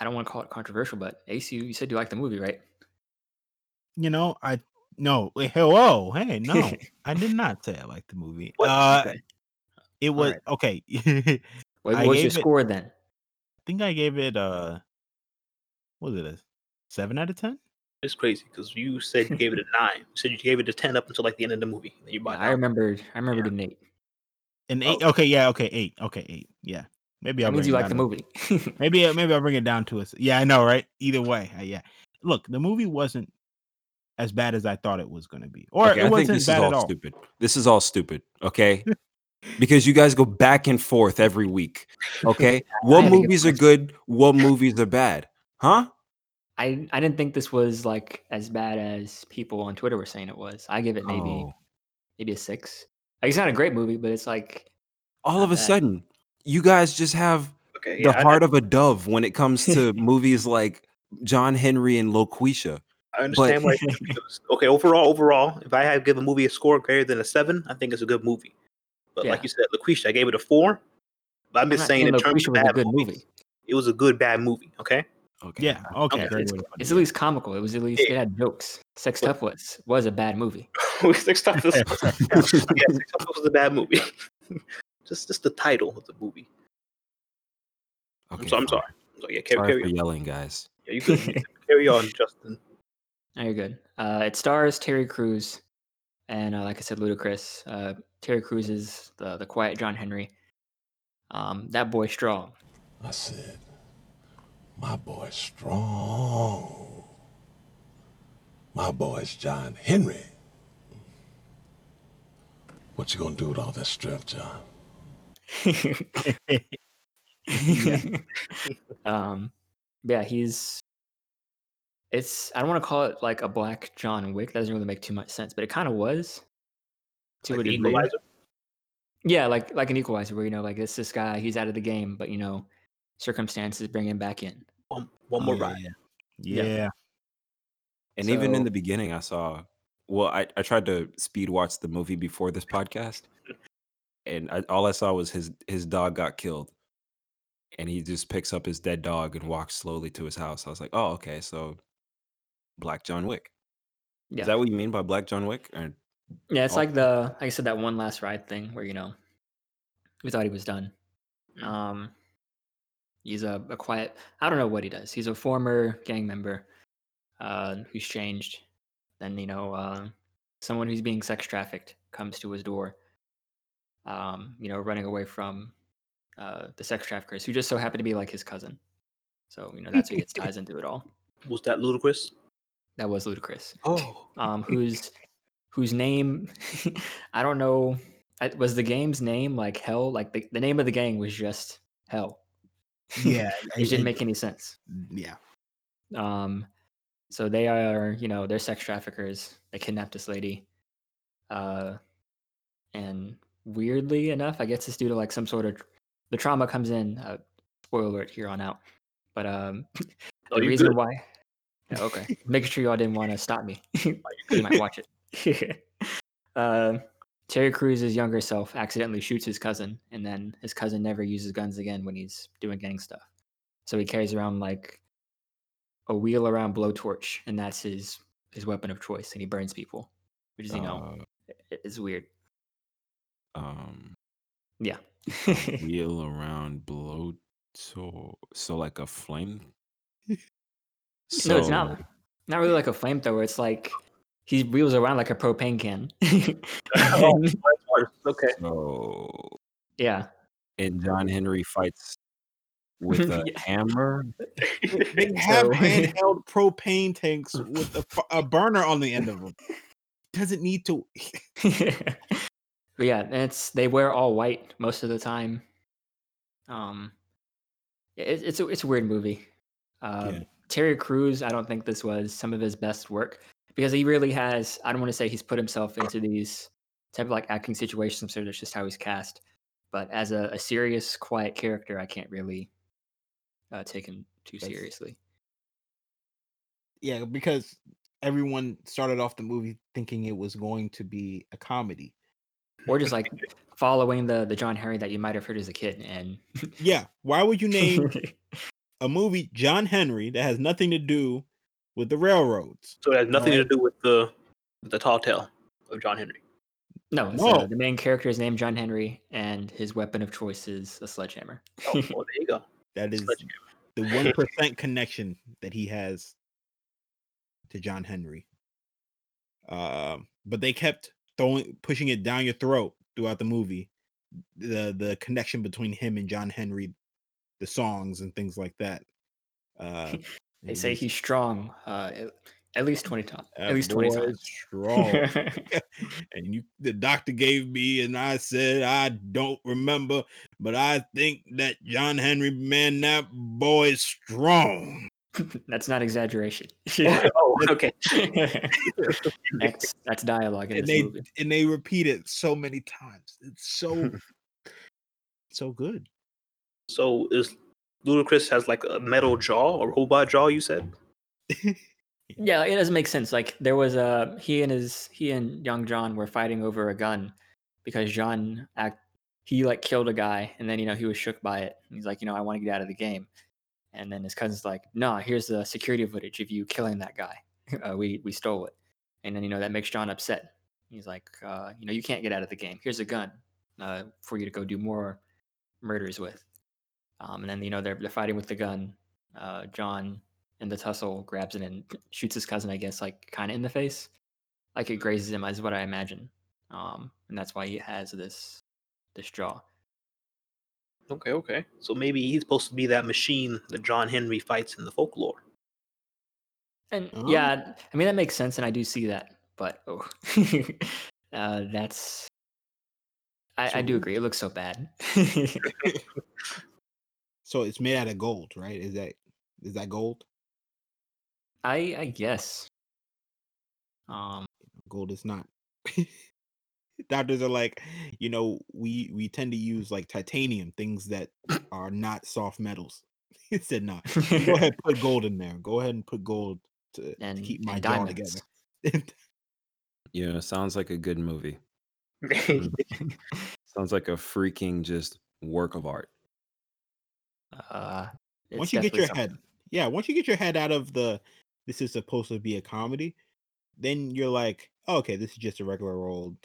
I don't want to call it controversial, but Ace, you, you said you liked the movie, right?
you know, I no. wait, Hello,
(laughs)
hey, no, I did not say I liked the movie.
What?
Uh,
Okay.
it was okay. (laughs)
What
I
what was your
gave it-
score then?
think I gave it uh what was it a seven out of ten?
It's crazy because you said you
(laughs)
gave it a nine. You said you gave it a ten up until like the end of the movie. Then you
Yeah,
bought it
I
out.
remembered. I remembered the Nate.
An eight. Okay, yeah, okay, eight. Okay, eight. Yeah. Maybe I'll
That means
bring
you
it
like the
down to-
movie. (laughs)
Maybe I- maybe I'll bring it down to us. Yeah, I know, right? Either way. uh, yeah. Look, the movie wasn't as bad as I thought it was gonna be. Or
Okay,
it
I think
wasn't
this is
bad
all,
at all.
stupid. This is all stupid.
(laughs)
Okay. because you guys go back and forth every week.
(laughs)
Okay.
had to
What
get
movies are
punched.
good? What movies are bad? Huh?
I I didn't think this was like as bad as people on Twitter were saying it was. I give it maybe
Oh.
maybe a six. Like, it's not a great movie, but it's like
All
Not
of a
bad.
sudden, you guys just have
Okay,
the
yeah, I-
heart of a dove when it comes
(laughs)
to movies like John Henry and Loquisha.
I, understand why. (laughs) you're confused. okay, overall, overall, if I had to give a movie a score greater than a seven, I think it's a good movie. But
Yeah.
like you said, Laquisha, I gave it a four. But I'm
I'm
just
not
saying, in terms
Lucretia
of
was a
bad
good
movies,
movie.
it was a good bad movie. Okay,
Okay.
Yeah, okay.
Okay.
great
It's,
way to put
it's
it.
at least comical. It was at least
Yeah.
it had jokes. Sextuplets was a bad movie.
(laughs) Six Stuff was, yeah, Six Stuff was a bad movie. (laughs) just, just the title of the movie. I'm, so, I'm
fine.
sorry. So yeah, carry,
Sorry
carry
for
on.
yelling, guys.
(laughs)
Yeah, you could carry on, Justin.
No, you're good. Uh, it stars Terry Crews and, uh, like I said, Ludacris. Uh, Terry Crews is the, the quiet John Henry. Um, that boy strong.
I said, My boy's strong. My boy's John Henry. What you gonna do with all that strength, John?
(laughs) um, yeah, he's. It's I don't want to call it like a black John Wick. That doesn't really make too much sense, but it kind of was. To
Like
a
the
degree.
Equalizer.
Yeah, like like an equalizer where you know, like it's this guy, he's out of the game, but you know, circumstances bring him back in.
One,
(laughs)
one more ride.
Yeah. yeah.
And even in
So-
the beginning, I saw. Well, I, I tried to speed watch the movie before this podcast, and I, all I saw was his his dog got killed, and he just picks up his dead dog and walks slowly to his house. I was like, oh, okay, so Black John Wick.
Yeah,
Is that what you mean by Black John Wick? Or,
yeah, it's
all-
like the like I said that one last ride thing where you know, we thought he was done. Um, he's a, a quiet. I don't know what he does. He's a former gang member, uh, who's changed. Then you know, uh, someone who's being sex trafficked comes to his door. Um, you know, running away from uh, the sex traffickers, who just so happen to be like his cousin. So you know that's what gets ties into it all.
Was that ludicrous?
That was ludicrous.
Oh,
Um, whose whose name (laughs) I don't know. I- Was the game's name like Hell? Like the, the name of the gang was just Hell. (laughs)
Yeah.
It
I-
didn't
I-
make any sense.
yeah.
Um, so they are, you know, they're sex traffickers. They kidnapped this lady. Uh, and weirdly enough, I guess it's due to like some sort of tr- the trauma comes in. Uh, spoiler alert here on out. But um, (laughs)
no,
the
Oh, you
reason
good.
why. Yeah, okay.
(laughs)
Making sure y'all didn't want to stop me.
Oh,
(laughs) you might watch it. (laughs) uh, Terry Crews' younger self accidentally shoots his cousin, and then his cousin never uses guns again when he's doing gang stuff. So he carries around like a wheel around blowtorch, and that's his his weapon of choice, and he burns people, which is you know (laughs)
uh,
i- it's weird.
um,
Yeah.
wheel around blow so so like a flame.
no, it's not. Not really like a flamethrower. It's like he wheels around like a
(laughs)
propane can.
Oh.
And-
okay.
So
(laughs) yeah.
and John Henry fights with a
Yeah.
hammer.
They
(laughs)
have
So-
handheld propane tanks with a, fu- a burner on the end of them. Doesn't need to.
(laughs) but yeah, and it's they wear all white most of the time. Um, yeah, it, it's a it's a weird movie. Uh,
Yeah.
Terry Crews, I don't think this was some of his best work because he really has. I don't want to say he's put himself into these type of like acting situations, so that's just how he's cast. But as a, a serious, quiet character, I can't really uh, take him too
That's-
seriously.
Yeah, because everyone started off the movie thinking it was going to be a comedy.
Or just like following the the John Henry that you might have heard as a kid, and
Yeah, why would you
(laughs)
name a movie John Henry that has nothing to do with the railroads?
So it has nothing to do with the with the tall tale of John
(laughs)
Henry.
No, it's, uh,
No.
the main character is named John Henry, and his weapon of choice is a sledgehammer.
Oh, well, there you go.
That is
Sledgehammer.
the one percent connection that he has to John Henry. Um, but they kept throwing pushing it down your throat throughout the movie. The the connection between him and John Henry, the songs and things like that. Uh,
(laughs) They
and
say
he's,
he's strong, uh, at, at least twenty times.
"That
At least twenty
boy is
times. (laughs)
Strong. and you the doctor gave me and i said i don't remember but i think that john henry man that boy is strong
that's
(laughs)
not exaggeration.
oh, okay.
(laughs) that's that's dialogue in
and
this
they
movie.
and they repeat it so many times it's
(laughs)
so so good
So is Ludacris has like a metal jaw or robot jaw? You said.
Yeah, it doesn't make sense. Like there was a he and his he and young John were fighting over a gun because John act he like killed a guy and then you know he was shook by it. And he's like, you know, I want to get out of the game. And then his cousin's like, no, here's the security footage of you killing that guy. (laughs) Uh, we we stole it. And then you know that makes John upset. He's like, uh, you know, you can't get out of the game. Here's a gun uh, for you to go do more murders with. Um, and then you know they're they're fighting with the gun. Uh, John in the tussle grabs it and shoots his cousin, I guess, like kind of in the face, like it
Mm-hmm.
grazes him, is what I imagine. Um, and that's why he has this this jaw.
Okay, okay. So maybe he's supposed to be that machine that John Henry fights in the folklore.
And
Oh.
yeah, I mean that makes sense, and I do see that. But oh, (laughs) uh, that's I, I do agree. It looks so
(laughs)
bad. (laughs)
so it's made out of gold right is that is that gold
I I guess. Um,
gold is not (laughs) doctors are like you know we we tend to use like titanium things that are not soft metals (laughs) he said
(laughs)
no go ahead put gold in there go ahead and put gold to, to
and
keep
and
my jaw
diamonds.
together (laughs) it
Yeah, sounds like a good movie.
Mm-hmm.
(laughs)
Sounds like a freaking just work of art.
Uh, it's
Once you get
definitely
your
something.
head- yeah once you get your head out of the this is supposed to be a comedy then you're like "Oh, okay this is just a regular old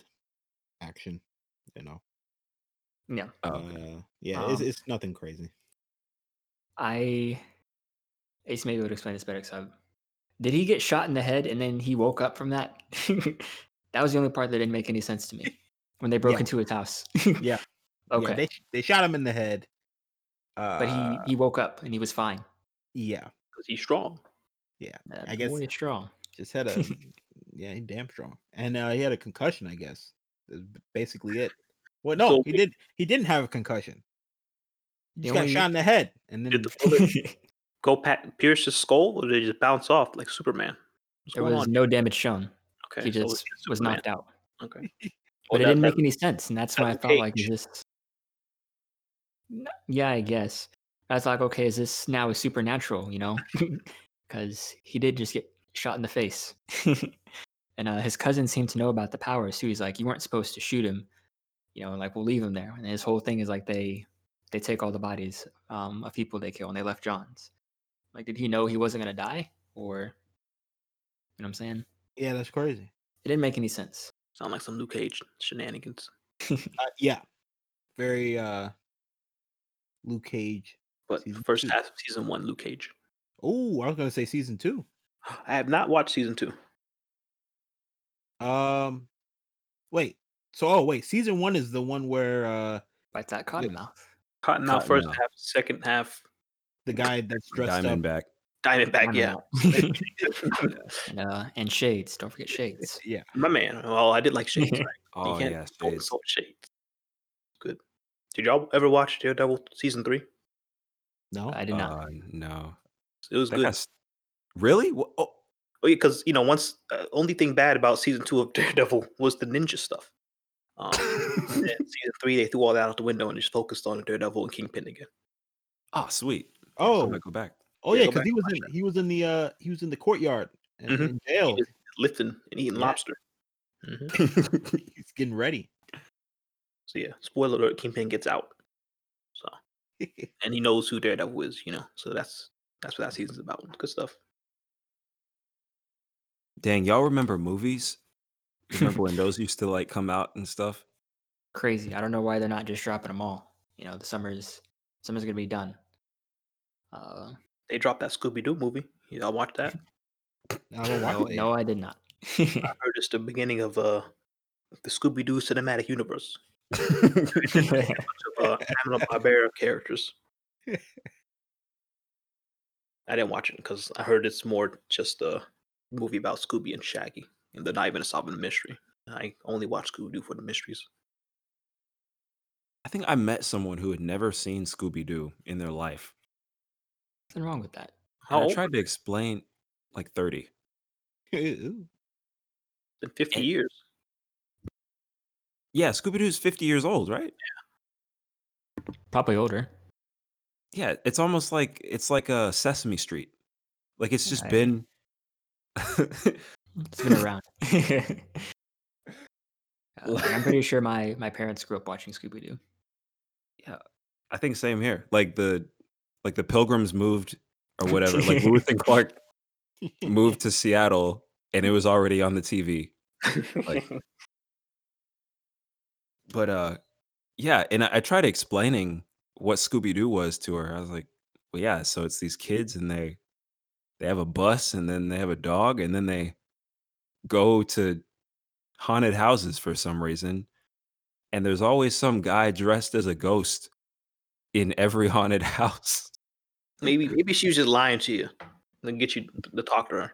action you know
yeah.
Oh, okay.
uh, yeah it's,
Um,
it's nothing crazy
I Ace maybe would explain this better because I did he get shot in the head and then he woke up from that? (laughs) that was the only part that didn't make any sense to
(laughs)
me when they broke
Yeah.
into his house. (laughs)
Yeah. Yeah,
Okay.
they, they shot him in the head uh,
but he he woke up and he was fine.
yeah
Because he's strong.
That
guess-
boy is strong.
just had
(laughs)
a yeah, he damn strong, and uh, he had a concussion. I guess that's b- basically it. Well, no,
So-
he did. He didn't have a concussion. He
The
just got
only-
shot in the head, and then
Did the bullet go pat pierce his skull, or did it just bounce off like Superman? What's
There
going
was
on?
no damage shown.
okay,
he
so it's
just
just
was
Superman.
knocked out.
Okay.
(laughs) But it
that-
didn't
that-
make any sense, and that's why I
that's
thought like
okay.
is this N- Yeah, I guess. I was like, okay, is this now is supernatural, you know? (laughs) Because he did just get shot in the face. (laughs) and uh, his cousin seemed to know about the powers too. He's like, you weren't supposed to shoot him, you know, and like we'll leave him there. And his whole thing is like they they take all the bodies um, of people they kill and they left John's. Like, did he know he wasn't gonna die? Or you know what I'm saying?
(laughs) yeah, that's crazy.
It didn't make any sense.
Sound like some Luke Cage shenanigans.
Uh, yeah, very uh Luke Cage.
But
Season
first
two.
half of season one, Luke Cage.
Oh, I was gonna say season two.
I have not watched season two.
Um, wait. So oh wait, season one is the one where uh
Bite that cottonmouth.
Cotton out first
Cottonmouth.
half, second half,
the guy that's dressed up.
Diamondback.
Diamondback. Yeah,
(laughs) and, uh, and shades. Don't forget shades.
my man. Oh, I did like Shades. Right?
Oh
can't
yeah,
Focus
Shades.
on Shades. Good. Did y'all ever watch Daredevil season three?
No,
I did not.
Uh, no,
It was
That (laughs)
good.
got s- really? Wha- Oh,
Oh yeah, because you know, once uh, only thing bad about season two of Daredevil was the ninja stuff. Um, and season three, they threw all that out the window and just focused on Daredevil and Kingpin again.
oh, sweet. I'm
oh,
gonna go back.
oh
yeah,
yeah,
go
because
back
he
and
was
watch
in he was in the uh he was in the courtyard and
Mhm.
in
(laughs)
jail. (laughs)
just- Lifting and eating
Yeah.
lobster.
He's getting ready. (laughs)
So yeah, spoiler alert: Kingpin gets out, and he knows who Daredevil is. You know, so that's that's what that season's about. Good stuff.
Dang, y'all remember movies? Remember when those used to like come out and stuff?
Crazy. I don't know why they're not just dropping them all. You know, the summer's summer's gonna be done. Uh,
They dropped that Scooby Doo movie. Y'all watch that?
I don't
no,
watch it.
(laughs) no, I did not.
I heard it's the beginning of uh the Scooby Doo cinematic universe. of uh, Hanna Barbera characters. I didn't watch it because I heard it's more just a movie about Scooby and Shaggy, and they're not even solving the mystery. And I only watch Scooby Doo for the mysteries.
I think I met someone who had never seen Scooby Doo in their life.
Nothing wrong with that.
and
How
I
old?
tried to explain like 30.
(laughs) Ew.
In fifty years,
Yeah, Scooby Doo's 50 years old, right?
Probably older.
Yeah, it's almost like it's like a Sesame Street. Like it's just
I-
been (laughs)
It's been around. (laughs) Uh, like, I'm pretty sure my my parents grew up watching Scooby Doo.
I think same here. Like the like the Pilgrims moved or whatever. like Lewis and Clark moved to Seattle and it was already on the TV. Like- But uh yeah, and I, I tried explaining what Scooby Doo was to her. I was like, Well yeah, so it's these kids and they they have a bus and then they have a dog and then they go to haunted houses for some reason. And there's always some guy dressed as a ghost in every (laughs) haunted house.
maybe maybe she was just lying to you, and get you to talk to her.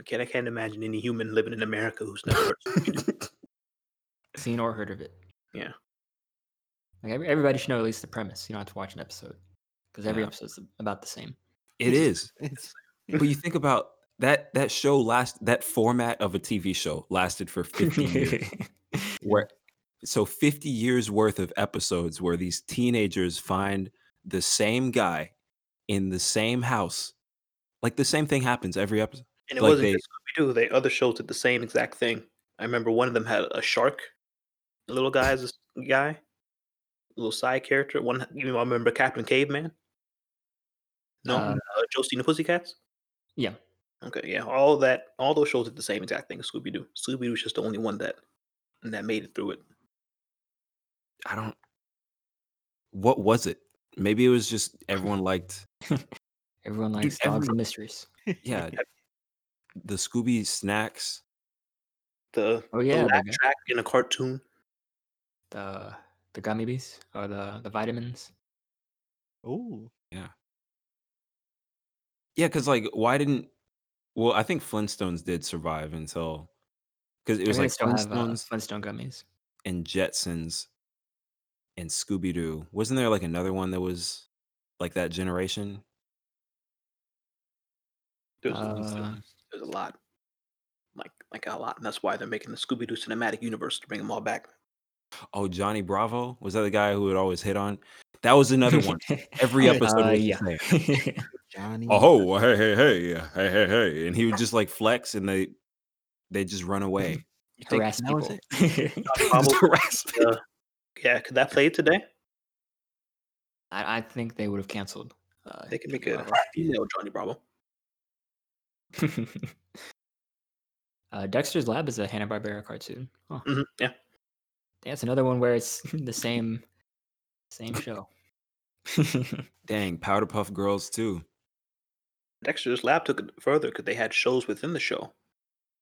I can't I can't imagine any human living in America who's never heard of Scooby-Doo.
Seen or heard of it.
Yeah.
Like every, everybody should know at least the premise. You don't have to watch an episode because every
Yeah.
episode's about the same.
It is.
(laughs) It's
But you think about that that show last that format of a TV show lasted for
(laughs)
50 years. where so 50 years worth of episodes where these teenagers find the same guy in the same house. Like the same thing happens every episode.
And it
Like
wasn't
they-
just Scooby Doo. They other shows did the same exact thing. I remember one of them had a shark, a little guy as a s- guy, a little side character. One, you know, I remember Captain Caveman. No,
Uh,
uh, Josie and the Pussycats.
Yeah.
Okay, yeah, all that, all those shows did the same exact thing. Scooby Doo. Scooby Doo's just the only one that, and that made it through it.
I don't what was it? Maybe it was just everyone liked
Everyone
Dude,
likes dogs
every-
and mysteries.
yeah
(laughs)
the Scooby snacks.
The
Oh yeah,
the laugh
the,
track in a cartoon.
the the gummy bees or the the vitamins.
oh
Yeah, because like, why didn't? Well, I think Flintstones did survive until because it was
I mean,
like
they still have, uh,
Flintstones
Flintstone gummies.
and Jetsons and Scooby Doo. Wasn't there like another one that was like that generation?
There's, there's-
Uh,
there's a lot, like like a lot, and that's why they're making the Scooby Doo cinematic universe to bring them all back.
Oh, Johnny Bravo was that the guy who would always hit on? That was
(laughs)
another one. Every
Uh,
episode, was the
yeah.
same.
Johnny.
Oh, hey, hey, hey, hey, hey, hey, and he would just like flex, and they they just run away. You think
Harass
that was
people.
it? (laughs)
Bravo.
Harass people.
Yeah, could that play today?
(laughs) I, I think they would have canceled. Uh,
They can make
Johnny
a female Johnny Bravo.
Bravo. (laughs) uh, Dexter's Lab is a Hanna Barbera cartoon. Huh.
hmm Mm-hmm. yeah,
That's another one where it's the same, same
(laughs)
show.
Dang, Powder Puff Girls too.
Dexter's Lab took it further because they had shows within the show.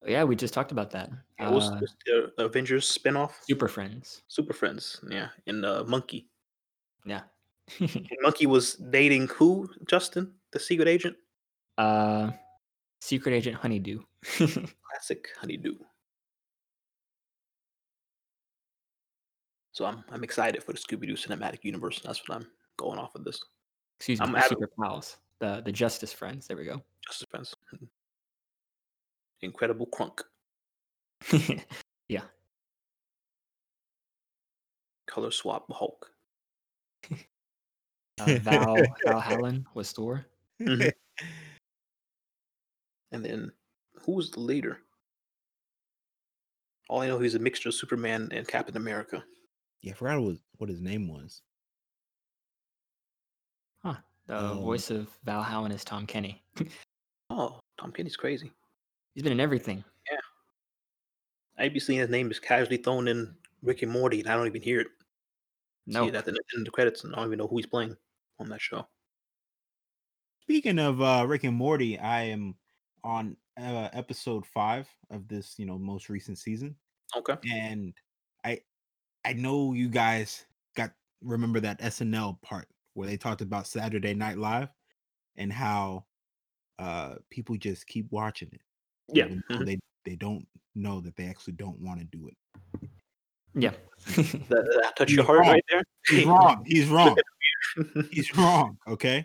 yeah, we just talked about that.
It was
Uh,
was the Avengers spinoff,
Super Friends.
Super Friends. Yeah, and uh, Monkey. (laughs)
Yeah.
And Monkey was dating who? Justin, the secret agent.
uh, Secret Agent Honeydew.
Classic Honeydew. So I'm I'm excited for the Scooby Doo cinematic universe. That's what I'm going off of this.
Excuse me,
I'm
the
Adam.
Super Pals. The the Justice Friends. There we
(laughs)
go.
Justice Friends. Incredible Crunk.
yeah.
Color swap Hulk.
Uh, Val Val Hallen was Thor.
Mhm. And then who was the leader? All I know, he's a mixture of Superman and Captain America.
Yeah, I forgot what, what his name was.
The
Um,
voice of Val Hallen is Tom Kenny.
Oh, Tom Kenny's crazy.
He's been in everything.
I'd be seeing his name is casually thrown in Rick and Morty, and I don't even hear it.
No,
See it at the end of the credits, and I don't even know who he's playing on that show.
Speaking of uh, Rick and Morty, I am on uh, episode five of this, you know, most recent season,
Okay.
and I, I know you guys got remember that SNL part where they talked about Saturday Night Live and how uh, people just keep watching it.
Yeah.
even though
mhm.
they they don't know that they actually don't want to do it.
(laughs)
yeah.
That, that touch
He's
your heart
wrong.
right there. (laughs)
He's wrong. He's wrong. He's wrong. Okay.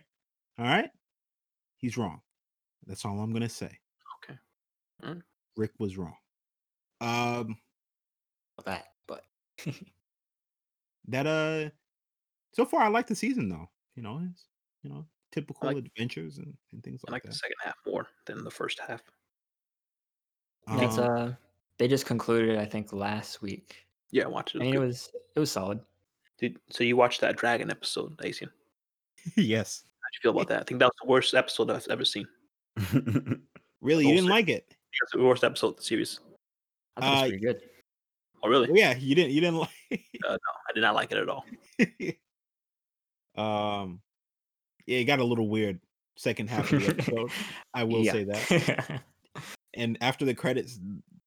All right. He's wrong. That's all I'm gonna say.
Okay. Mm.
Rick was wrong. Um
that, but
that uh so far I like the season though. You know, it's you know, typical
like-
adventures and, and things
I
like
like the
that.
second half more than the first half.
that's
Um,
uh, they just concluded I think last week.
Yeah, watch it.
I
was
mean, it
good.
was it was solid.
Did, so you watched that dragon episode, Dacian.
(laughs) yes.
How'd you feel about that? I think that was the worst episode I've ever seen.
Really, you
Oh,
didn't
shit.
like it.
It's the worst episode of the series.
I thought
Uh,
it was pretty good.
Oh, really? Uh,
Well, yeah, you didn't you didn't (laughs) like
I did not like it at all.
(laughs) um yeah, it got a little weird second half (laughs)
(laughs)
of the episode. I will say that.
(laughs)
and after the credits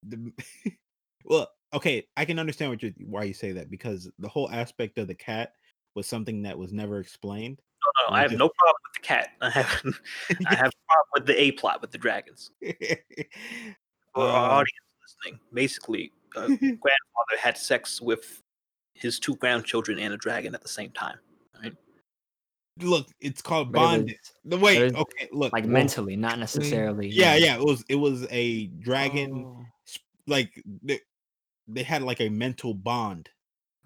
the (laughs) well okay i can understand what you why you say that because the whole aspect of the cat was something that was never explained
No, no, Oh, I have no problem with the cat. I have,
(laughs)
(laughs) I have a problem with the A plot with the dragons. For our
Um,
audience listening, basically, uh, grandfather had sex with his two grandchildren and a dragon at the same time.
look it's called
But it
bonding
was,
the wait
was,
okay look
like
well,
mentally, not necessarily. you
yeah
know,
yeah it was it was a dragon
oh,
sp- like they, they had like a mental bond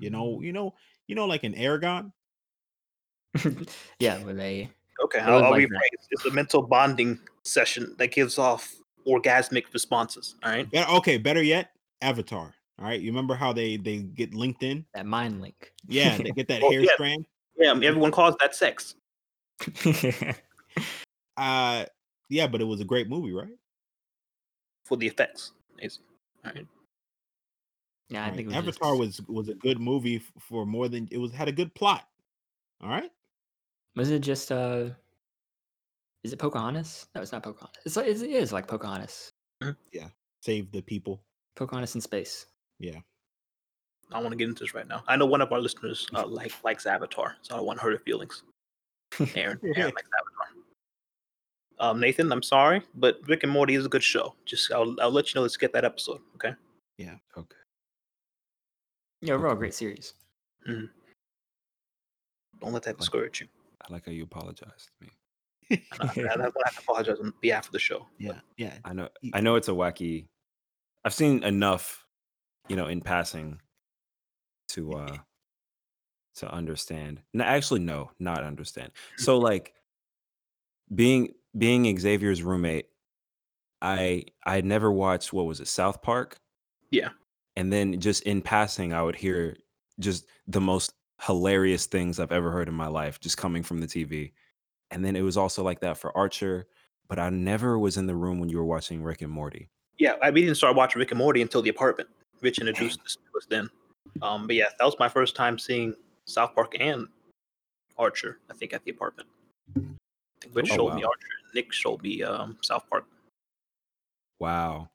you know
Mm.
you know you know like an aragon
yeah, where they
Okay,
It
I'll,
was
I'll
like
rephrase.
that.
It's a mental bonding session that gives off orgasmic responses. All right.
Better- okay better yet avatar all right you remember how they they get linked in
that mind link. (laughs)
yeah they get that
Oh,
hair
yeah.
strand
Yeah, everyone calls that sex.
uh yeah but it was a great movie right
for the effects. Amazing. All right.
yeah, I
Right.
think it was
avatar
just
was was a good movie f- for more than it was had a good plot all right
Was it just uh is it Pocahontas? No, it's not Pocahontas. It's like it is like Pocahontas.
save the people
Pocahontas in space.
I don't want to get into this right now. I know one of our listeners uh, like likes Avatar, so I don't want to hurt her (laughs) feelings. Aaron, Aaron likes Avatar. Um, Nathan, I'm sorry, but Rick and Morty is a good show. Just I'll, I'll let you know. Let's get that episode, okay?
okay.
Yeah, overall great series.
Don't let that discourage you.
I like how you apologized to me.
And I, (laughs) I, I have to apologize on behalf of the show.
yeah yeah
I know
Y-
I know it's a wacky I've seen enough, you know, in passing to uh to understand. No, actually no, not understand. So like being being Xavier's roommate, I I had never watched what was it, South Park?
Yeah.
And then just in passing, I would hear just the most hilarious things I've ever heard in my life just coming from the TV. And then it was also like that for Archer, but I never was in the room when you were watching Rick and Morty.
Yeah, I we didn't start watching Rick and Morty until the apartment. Rich introduced us to us then. Um, but yeah, that was my first time seeing South Park and Archer. I think at the apartment. I think Rich
Oh,
showed me
wow.
Archer. and Nick showed me um, South Park.
Wow.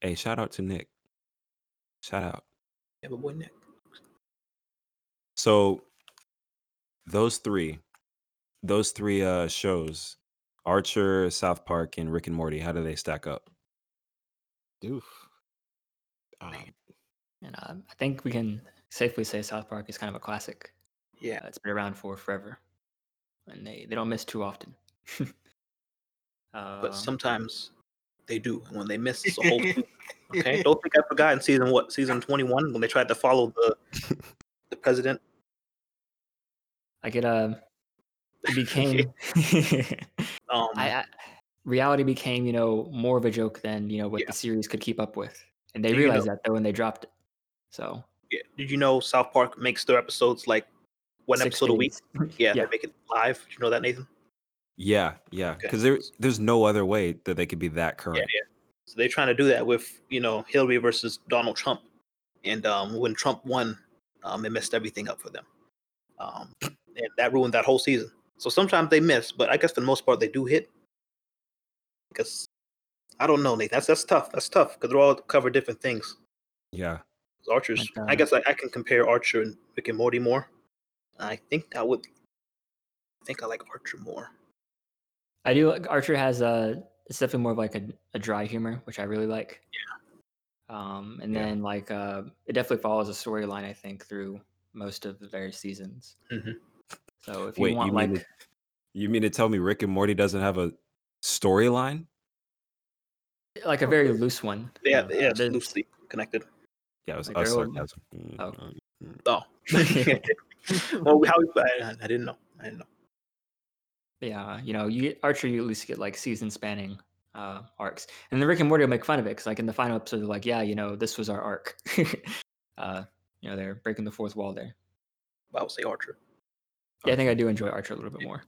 Hey, shout out to Nick. Shout out.
Yeah, but boy, Nick.
So those three, those three uh shows, Archer, South Park, and Rick and Morty, how do they stack up?
Doof. Uh,
And um, I think we can safely say South Park is kind of a classic.
Yeah,
Uh, it's been around for forever, and they, they don't miss too often. (laughs) uh,
but
Uh-huh.
sometimes they do, and when they miss, it's a whole.
(laughs)
thing, okay, don't think I forgot in season what season twenty one when they tried to follow the the president.
I get um,
(laughs)
it became
Um,
I, I reality became you know more of a joke than you know what
Yeah.
the series could keep up with, and they
You know-
realized that though, and they dropped it. So
yeah, did you know South Park makes their episodes like one
six
episode a week?
days.
Yeah,
Yeah.
they make it live. Did you know that, Nathan?
Yeah, yeah.
Okay.
Because there, there's no other way that they could be that current.
So they're trying to do that with you know Hillary versus Donald Trump, and um, when Trump won, um, it messed everything up for them, um, and that ruined that whole season. So sometimes they miss, but I guess for the most part they do hit. Because I don't know, Nate. That's that's tough. That's tough because they all cover different things.
Yeah.
'Cause Archer's,
Like,
I
uh,
guess I, I can compare Archer and Rick and Morty more. I think I would. I think I like Archer more.
I do. like- Archer has a. It's definitely more of like a, a dry humor, which I really like. Yeah. Um, and then like uh, it definitely follows a storyline I think through most of the various seasons.
Mhm.
So if
Wait,
you want
you
like
mean it- You mean to tell me Rick and Morty doesn't have a storyline?
like a very loose one, you
Yeah,
know,
yeah, it's
there's-
loosely
(laughs)
connected.
Yeah, it was
Like,
us
they're all-
sarcasm.
Oh.
Mm, mm.
(laughs) Oh, well, how I, I didn't know. I didn't know.
yeah, you know, you get, Archer you at least get like season spanning uh, arcs, and then Rick and Morty will make fun of it because like in the final episode, they're like, yeah, you know, this was our arc. (laughs) uh, you know, they're breaking the fourth wall there.
But I would say Archer.
Yeah, I think I do enjoy Archer a little bit more.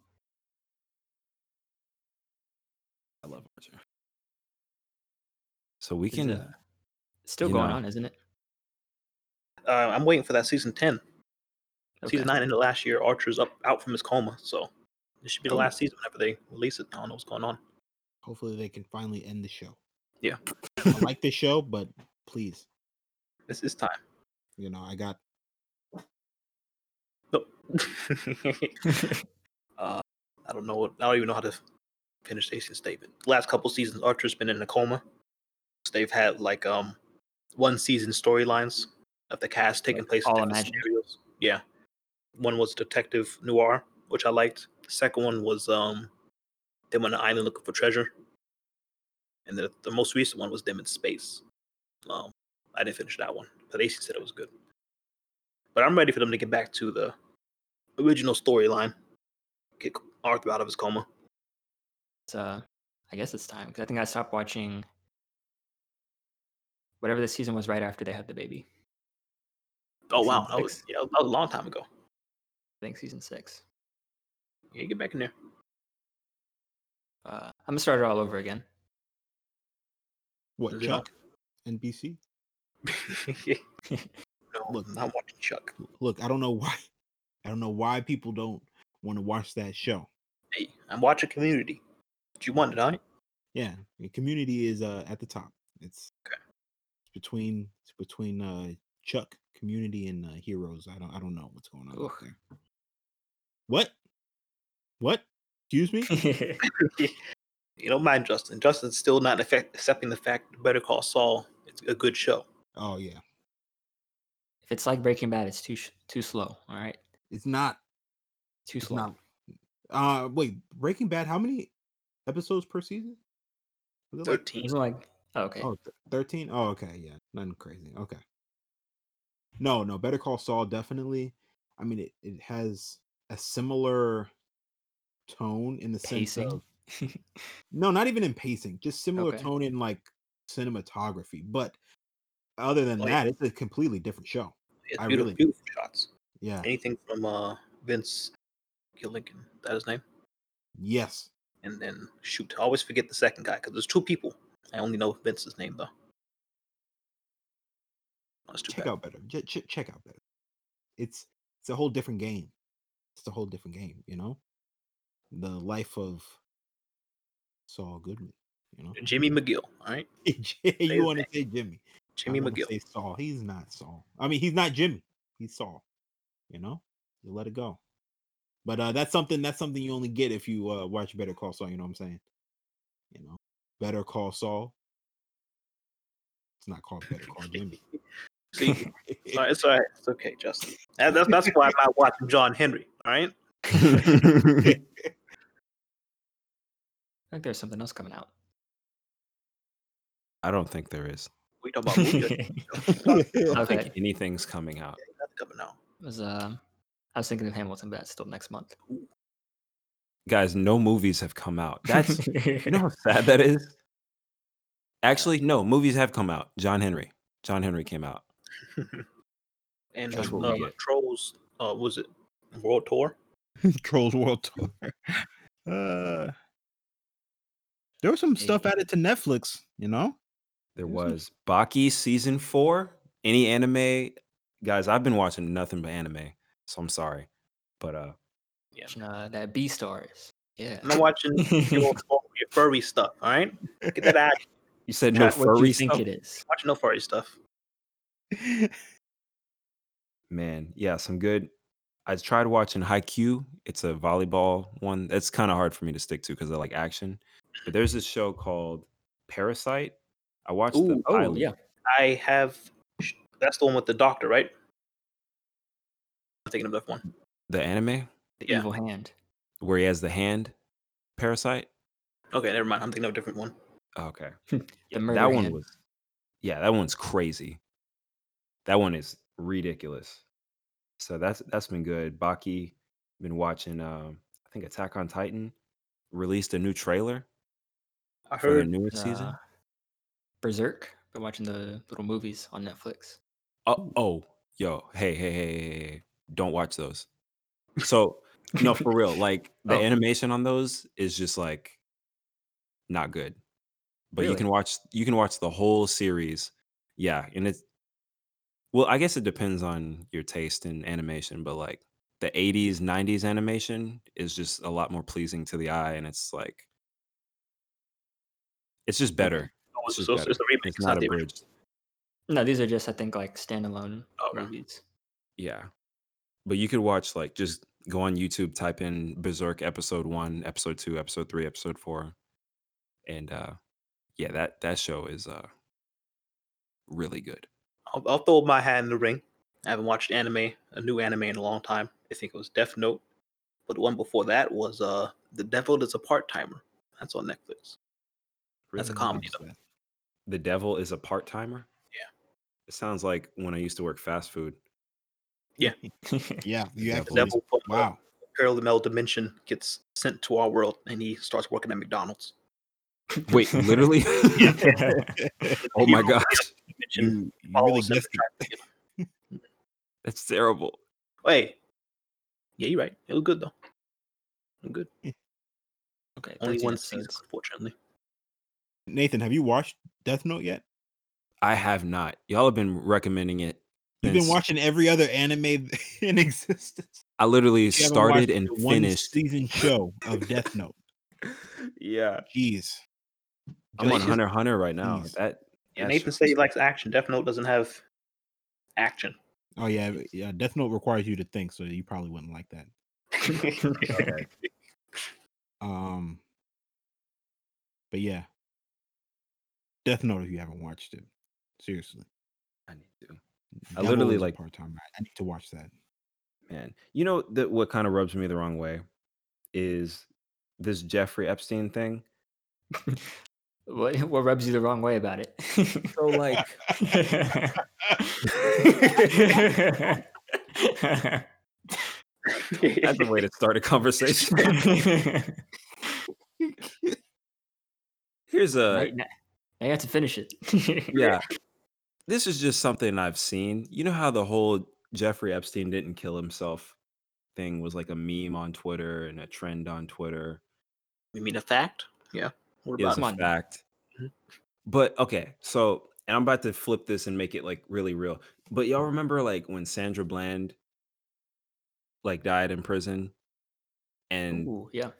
I love Archer. So we
It's,
can.
uh, it's still
you
going
know,
on, isn't it?
Uh, I'm waiting for that season ten.
Okay.
Season nine ended last year. Archer's up out from his coma, so this should be the last season whenever they release it. I don't know what's going on.
hopefully they can finally end the show.
Yeah.
(laughs)
I like this show, but please,
This is time.
you know, I got
No. (laughs) uh, I don't know. What, I don't even know how to finish Stacy's statement. Last couple seasons, Archer's been in a coma. So they've had like um one season storylines of the cast taking place
all
in different
imagined.
scenarios. Yeah, one was detective noir, which I liked. The second one was um them on an island looking for treasure, and the the most recent one was them in space. Um, I didn't finish that one, but Acey said it was good. But I'm ready for them to get back to the original storyline. Get Arthur out of his coma.
it's, uh, I guess it's time because I think I stopped watching whatever the season was right after they had the baby.
Oh wow,
Season
that was
six.
yeah, that was a long time ago.
I think season six.
Yeah, get back in there.
Uh, I'm gonna start it all over again. (laughs)
what
Yeah.
Chuck, NBC.
(laughs) no,
Look.
I'm not watching Chuck.
Look, I don't know (laughs) why, I don't know why people don't want to watch that show.
Hey, I'm watching Community. But you wanted, huh?
Yeah, the community is uh at the top. It's
Okay.
it's between it's between uh Chuck, Community, and uh, Heroes. I don't I don't know what's going on
Oof.
out there. What? What? Excuse
(laughs)
me?
You don't mind Justin. Justin's still not effect- accepting the fact that Better Call Saul is a good show.
Oh yeah,
If it's like Breaking Bad, it's too sh- too slow. All right,
it's not.
too
It's
slow.
not. Uh, wait, Breaking Bad. How many episodes per season? Was it like
Thirteen.
It's like oh, okay,
Oh, th- 13? Oh, okay. Yeah. Nothing crazy. Okay. No, no. Better Call Saul definitely. I mean, it, it has a similar tone in the sense
(laughs) pacing.
of no, not even in pacing, just similar
Okay.
tone in like cinematography. But other than
Oh, yeah.
that, it's a completely different show.
It's
I
beautiful,
really-
beautiful shots.
Yeah.
Anything from uh, Vince Gilligan, is that his name?
Yes.
and then shoot, I always forget the second guy because there's two people. I only know Vince's name though. That's too
check
bad.
out better. Ch- ch- check out better. It's it's a whole different game. It's a whole different game, you know. The life of Saul Goodman, you know. (laughs)
Jimmy McGill. All right,
you
his
want to say Jimmy?
Jimmy
Oh,
I wanna
McGill.
Say Saul. He's not Saul. I mean, he's not Jimmy. He's Saul. You know, you let it go. But uh, that's something. That's something you only get if you uh, watch Better Call Saul. You know what I'm saying? You know, Better Call Saul. It's not called Better Call Jimmy.
See, it's all right. It's, all right. it's okay, Justin. That- That's, that's why I'm not watching John Henry. All right,
uh, (laughs)
(laughs) I think there's something else
(laughs)
coming out.
I don't think there is.
we talk about movies.
(laughs)
(laughs) I don't
okay,
think anything's coming out.
That's coming out.
it was uh, I was thinking of Hamilton, but that's still next (laughs) month.
Guys, no movies have come out.
(laughs)
(laughs) That's you know how sad that is? Actually, no, movies have come out. John Henry. John Henry came out.
And
That's what
uh,
we get.
Trolls. Uh, was it World Tour?
Trolls World Tour. (laughs) Uh, there was some stuff added to Netflix. You know,
There
Mm-hmm.
There's some-
was Baki season four. Any anime, guys? I've been watching nothing but anime, so I'm sorry, but uh,
Yeah.
Uh, that B stars. Yeah.
I'm not
(laughs)
watching your, old- your furry stuff. All right, get that out.
you said no
Not what
furry
you think
stuff,
it is.
Watch no furry stuff.
man. Yeah, some good. I tried watching Haikyuu. It's a volleyball one. That's kind of hard for me to stick to because I like action. But there's this show called Parasite. I watched the
Ooh,
Oh
pilot.
yeah.
I have. That's the one with the doctor, right? I'm thinking of that one.
the anime
The
Yeah.
evil hand.
where he has the hand parasite. oh,
Okay, never mind. I'm thinking of a different one.
Okay.
The
Yeah,
murder
that one
hand.
was yeah, that one's crazy. That one is ridiculous. So that's that's been good. Baki been watching um I think Attack on Titan released a new trailer
I
for their
heard.
newest season.
uh, Berserk. Been watching the little movies on Netflix.
Oh, oh, yo, hey, hey, hey, hey, hey, hey, don't watch those. So no, for (laughs) real, like the
Oh.
animation on those is just like not good. But you
Really?
can watch you can watch the whole series. Yeah, and it's well, I guess it depends on your taste in animation, but like the 80s, 90s animation is just a lot more pleasing to the eye and it's like it's just better.
Oh, it's,
This is
so- it's
better.
a remake.
It's not
the original.
abridged.
No, these are just I think like standalone
Oh, okay.
movies.
Yeah. But you could watch like just go on YouTube, type in Berserk episode one, episode two, episode three, episode four. And uh yeah, that that show is uh really good.
I'll, I'll throw my hat in the ring. I haven't watched anime, a new anime in a long time. I think it was Death Note, but the one before that was uh, The Devil Is a Part Timer. That's on Netflix. That's a comedy. Though.
The devil is a part timer.
Yeah.
It sounds like when I used to work fast food.
Yeah, you
Yeah,
The
actually.
devil from
(laughs)
a
(laughs)
Wow.
parallel dimension gets sent to our world, and he starts working at McDonald's.
Wait,
(laughs)
(laughs) literally? oh my gosh.
Dimension
You, you really
follows him
guessed
and tries to get him.
That's terrible.
Hey, yeah, you're right. It was good though. It was good.
Okay.
Only
13
one season,
episodes.
unfortunately.
it. Nathan, have you watched Death Note yet?
I have not. Y'all have been recommending it.
You've been
since-
watching every other anime (laughs) in existence.
I literally
You haven't
started
watched
and
the one
finished.
season show of Death
(laughs)
Note.
Yeah.
Jeez.
I'm on
Delicious.
Hunter x Hunter right now.
Jeez.
That
Yeah,
that
Nathan
shit
said
was-
he likes (laughs) action. Death Note doesn't have action.
Oh yeah, but yeah. Death Note requires you to think, so you probably wouldn't like that. Um, but yeah, Death Note. If you haven't watched it, seriously,
I need to.
Devil
literally,
is a
like-
part-time. I I need to watch that.
Man, you know that what kind of rubs me the wrong way is this Jeffrey Epstein thing.
What what rubs you the wrong way about it?
So like, (laughs) that's a way to start a conversation. (laughs) Here's
now,
a
now you have to finish it.
yeah. This is just something I've seen. You know how the whole Jeffrey Epstein didn't kill himself thing was like a meme on Twitter and a trend on Twitter.
You mean a fact? Yeah. What
is
about
a
money.
fact.
Mhm.
But okay, so and I'm about to flip this and make it like really real. But y'all remember like when Sandra Bland like died in prison and
Ooh, yeah.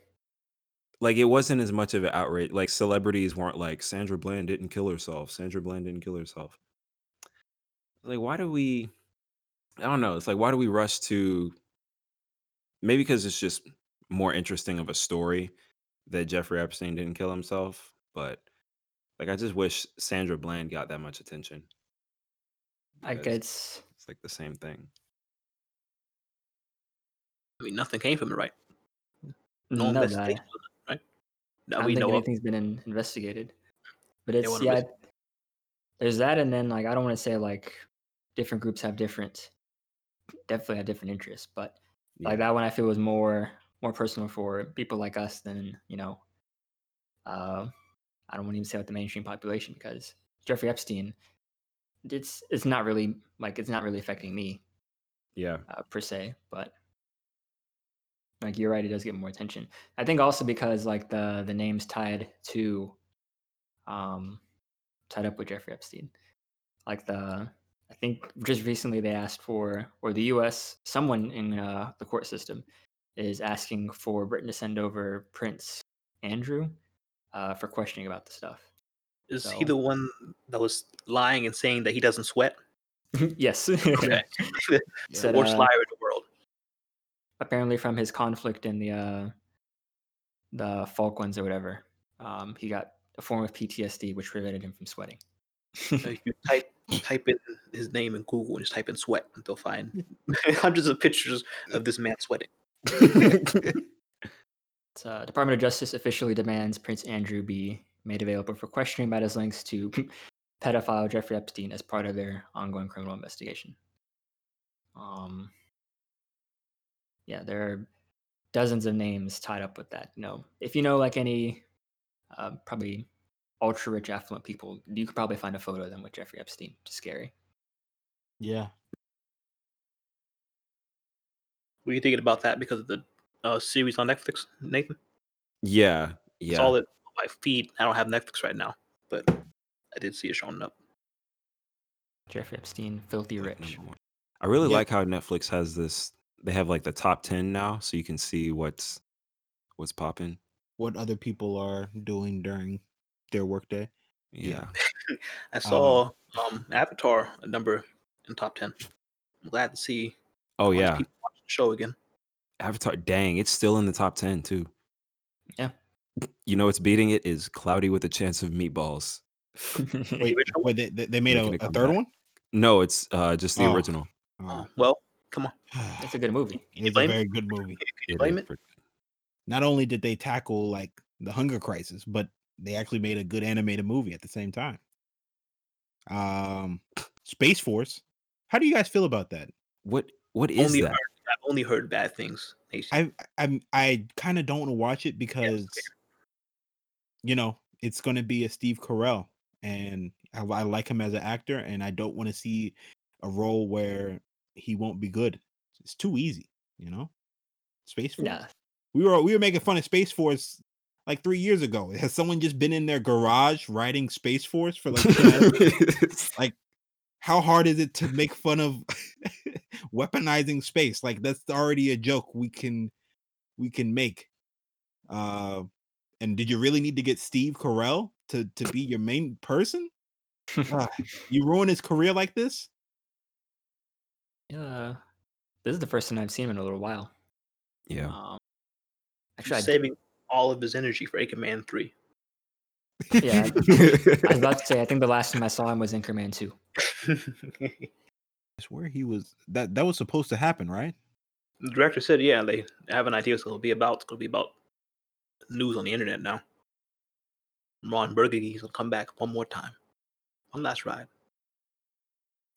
like it wasn't as much of an outrage. Like celebrities weren't like Sandra Bland didn't kill herself. Sandra Bland didn't kill herself. Like why do we? I don't know. It's like why do we rush to? Maybe because it's just more interesting of a story that Jeffrey Epstein didn't kill himself. But like I just wish Sandra Bland got that much attention.
I
because
guess
it's like the same thing.
I mean, nothing came from it, right? No
no, I, I
investigation, right? That
don't
we
think
know of.
anything's been in, investigated. But it's
wanna
yeah,
risk-
there's that, and then like I don't want to say like different groups have different, definitely have different interests, but
Yeah.
like that one I feel was more more personal for people like us than you know. Uh, I don't want to even say like the mainstream population because Jeffrey Epstein, it's it's not really like it's not really affecting me
Yeah.
uh, per se, but like you're right, it does get more attention. I think also because like the the names tied to, um, tied up with Jeffrey Epstein, like the I think just recently they asked for or the U.S. someone in uh, the court system is asking for Britain to send over Prince Andrew uh, for questioning about the stuff. (laughs)
Is
So-
he the one that was lying and saying that he doesn't (laughs) sweat?
yes.
Okay. the
(laughs) Said,
worst
uh,
liar in the world.
apparently from his conflict in the uh the Falklands or whatever. Um he got a form of PTSD which prevented him from sweating.
So if Uh, you
(laughs)
type type in his name in Google and just type in sweat, and they'll
(laughs)
find (laughs) hundreds of pictures of this man sweating.
It's, uh, Department of Justice officially demands Prince Andrew be made available for questioning about his links to (laughs) pedophile Jeffrey Epstein as part of their ongoing criminal investigation. Um, yeah, there are dozens of names tied up with that. You know, if you know like any uh, probably ultra rich affluent people, you could probably find a photo of them with Jeffrey Epstein, which is scary.
Yeah.
What are you thinking about that? Because of the uh, series on Netflix, Nathan.
Yeah.
It's
Yeah.
all that my feed. I don't have Netflix right now, but I did see it showing up.
Jeffrey Epstein, filthy
like,
rich.
number one. I really
Yeah.
like how Netflix has this. They have like the top ten now, so you can see what's what's popping.
What other people are doing during their workday?
Yeah.
Yeah.
I saw um, Avatar a number in top ten. I'm glad to see
Oh
all these
yeah.
people watching the show again.
Avatar. Dang, it's still in the top ten too.
Yeah.
You know what's beating it is Cloudy with a Chance of Meatballs.
Wait,
original?
wait, they, they they made a,
Making a
a third
comeback.
one?
No, it's uh, just the
Oh.
original.
Oh,
Well, come on,
(sighs)
That's a good movie.
it's Oh, a
blame it?
very good movie.
It is
blame it?
pretty-
Not only did they tackle like the hunger crisis, but they actually made a good animated movie at the same time. Um, Space Force. How do you guys feel about that?
What What is
only
that?
heard, I've only heard bad things. They-
I I'm I kind of don't want to watch it because you know it's going to be a Steve Carell, and I, I like him as an actor, and I don't want to see a role where he won't be good. It's too easy, you know. Space Force.
Yeah. (laughs)
We were we were making fun of Space Force like three years ago. Has someone just been in their garage writing Space Force for like?
(laughs)
10 hours? how hard is it to make fun of (laughs) weaponizing space like that's already a joke we can we can make uh and did you really need to get steve carell to to be your main person Ah, you ruin his career like this
Yeah. This is the first time I've seen him in a little while.
yeah.
Um, actually, I
he's saving all of his energy for Anchorman Man Three.
(laughs)
Yeah, (laughs) I was about
(laughs)
to say, I think the last time I saw him was Anchorman 2.
the
that's where he was that that was supposed to happen right
director said, "Yeah, they have an idea. It's going to be about. It's going to be about news on the internet now." Ron Burgundy is going to come back one more time, one last ride.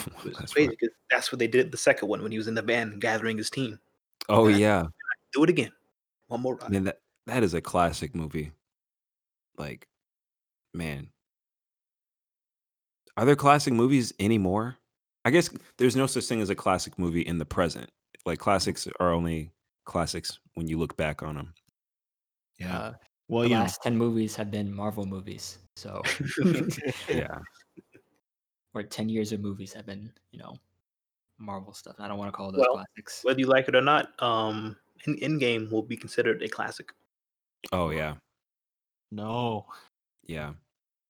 It was
That's
crazy
right.
'cause that's what they did at the second one when he was in the van gathering his team.
Oh yeah.
Do it again, one more ride.
Man, that that is a classic movie. Like, man, are there classic movies anymore? I guess there's no such thing as a classic movie in the present. Like classics are only classics when you look back on them.
Uh,
well
the
you know (laughs)
last 10 movies have been Marvel movies. So
Yeah.
where 10 years of movies have been, you know, Marvel stuff. I don't want to call those
Well,
classics.
(laughs) Whether you like it or not, um, in Endgame will be considered a classic.
Oh yeah,
No.
yeah.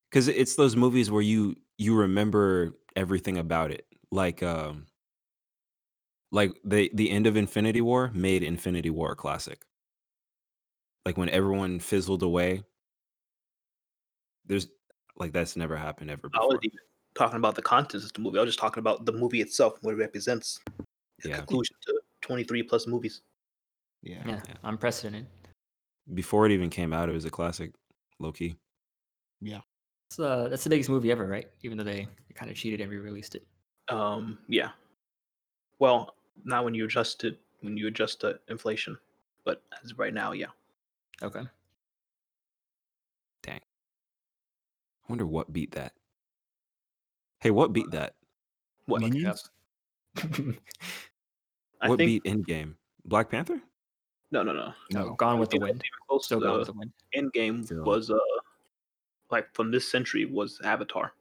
Because it's those movies where you you remember everything about it, like um, like the the end of Infinity War made Infinity War a classic. Like when everyone fizzled away. There's like that's never happened ever
I
before.
wasn't even talking about the contents of the movie. I was just talking about the movie itself, and what it represents. Its
Yeah.
conclusion to 23 plus movies.
Yeah.
yeah, unprecedented.
Before it even came out, it was a classic, low key.
That's, uh, that's the biggest movie ever, right? Even though they, they kind of cheated and re-released it.
Um, yeah. Well, not when you adjust it, when you adjust to inflation, but as of right now, yeah.
Okay. (laughs)
I wonder what beat that. Hey, what
Uh,
beat that?
What?
Look it up.
Minions?
I
what
think
beat Endgame? Black Panther?
no, no, no.
no, Gone with the Wind.
Close
So
to
Gone
the
with the Wind.
end game
Still.
uh, was uh, like from this century was Avatar.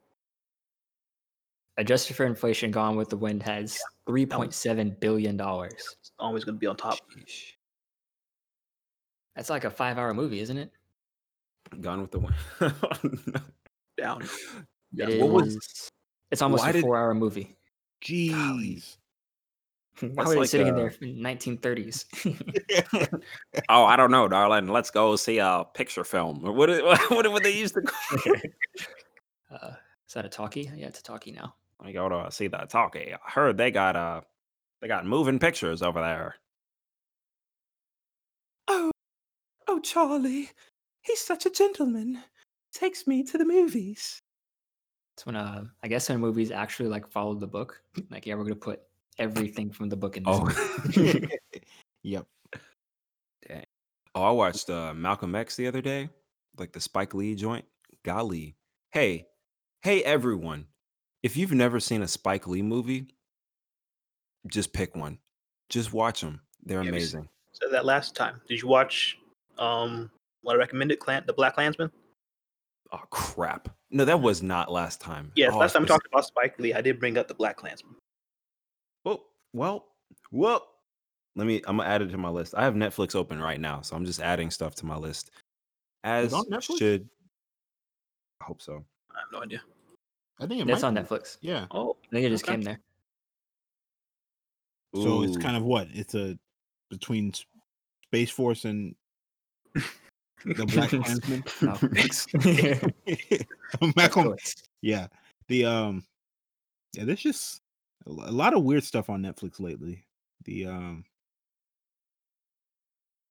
Adjusted for inflation, Gone with the Wind has $3.7 billion. dollars.
It's always going to be on top.
Sheesh.
That's like a five-hour movie, isn't it?
Gone with the Wind. Oh, no.
Down.
It
What was?
is- It's almost
why
a
did-
four-hour movie. (laughs)
Jeez. (laughs)
Why
That's
was it
like,
sitting in
uh,
there from 1930s?
(laughs) Oh, I don't know, darling. Let's go see a picture film. Or What? (laughs) is- What? What they used to call? it?
(laughs) uh, is that a talkie? Yeah, it's a talkie now.
I go to see the talkie. I heard they got uh, they got moving pictures over there.
Oh, oh, Charlie. He's such a gentleman. Takes me to the movies.
It's when uh, I guess when movies actually like followed the book. Like, yeah, we're gonna put everything from the book in. (laughs)
(laughs)
This movie.
yep.
Oh, I watched uh, Malcolm X the other day, like the Spike Lee joint. Golly. Hey, hey, everyone. If you've never seen a Spike Lee movie, just pick one. Just watch them. They're
Yeah, we s-
amazing.
Said that last time. Did you watch um what I recommended, Clan, the Black Landsman?
Oh, crap. No, that was not last time.
Yes,
oh, I
last time we
spec-
talked about Spike Lee, I did bring up the Black Landsman.
Oh, well, well. Let me, I'm going to add it to my list. I have Netflix open right now, so I'm just adding stuff to my list. As
on Netflix?
should. I
(laughs)
hope so.
I have no idea.
I think it
That's
might
on
be.
Netflix.
Yeah.
Oh,
I think it just
Okay.
came there.
So it's
Ooh.
kind of what? It's a between S- Space Force
(laughs)
and the Black Klansman.
No. (laughs)
(laughs) Malcolm.
Netflix.
Yeah. The um yeah, there's just a lo- a lot of weird stuff on Netflix lately. The um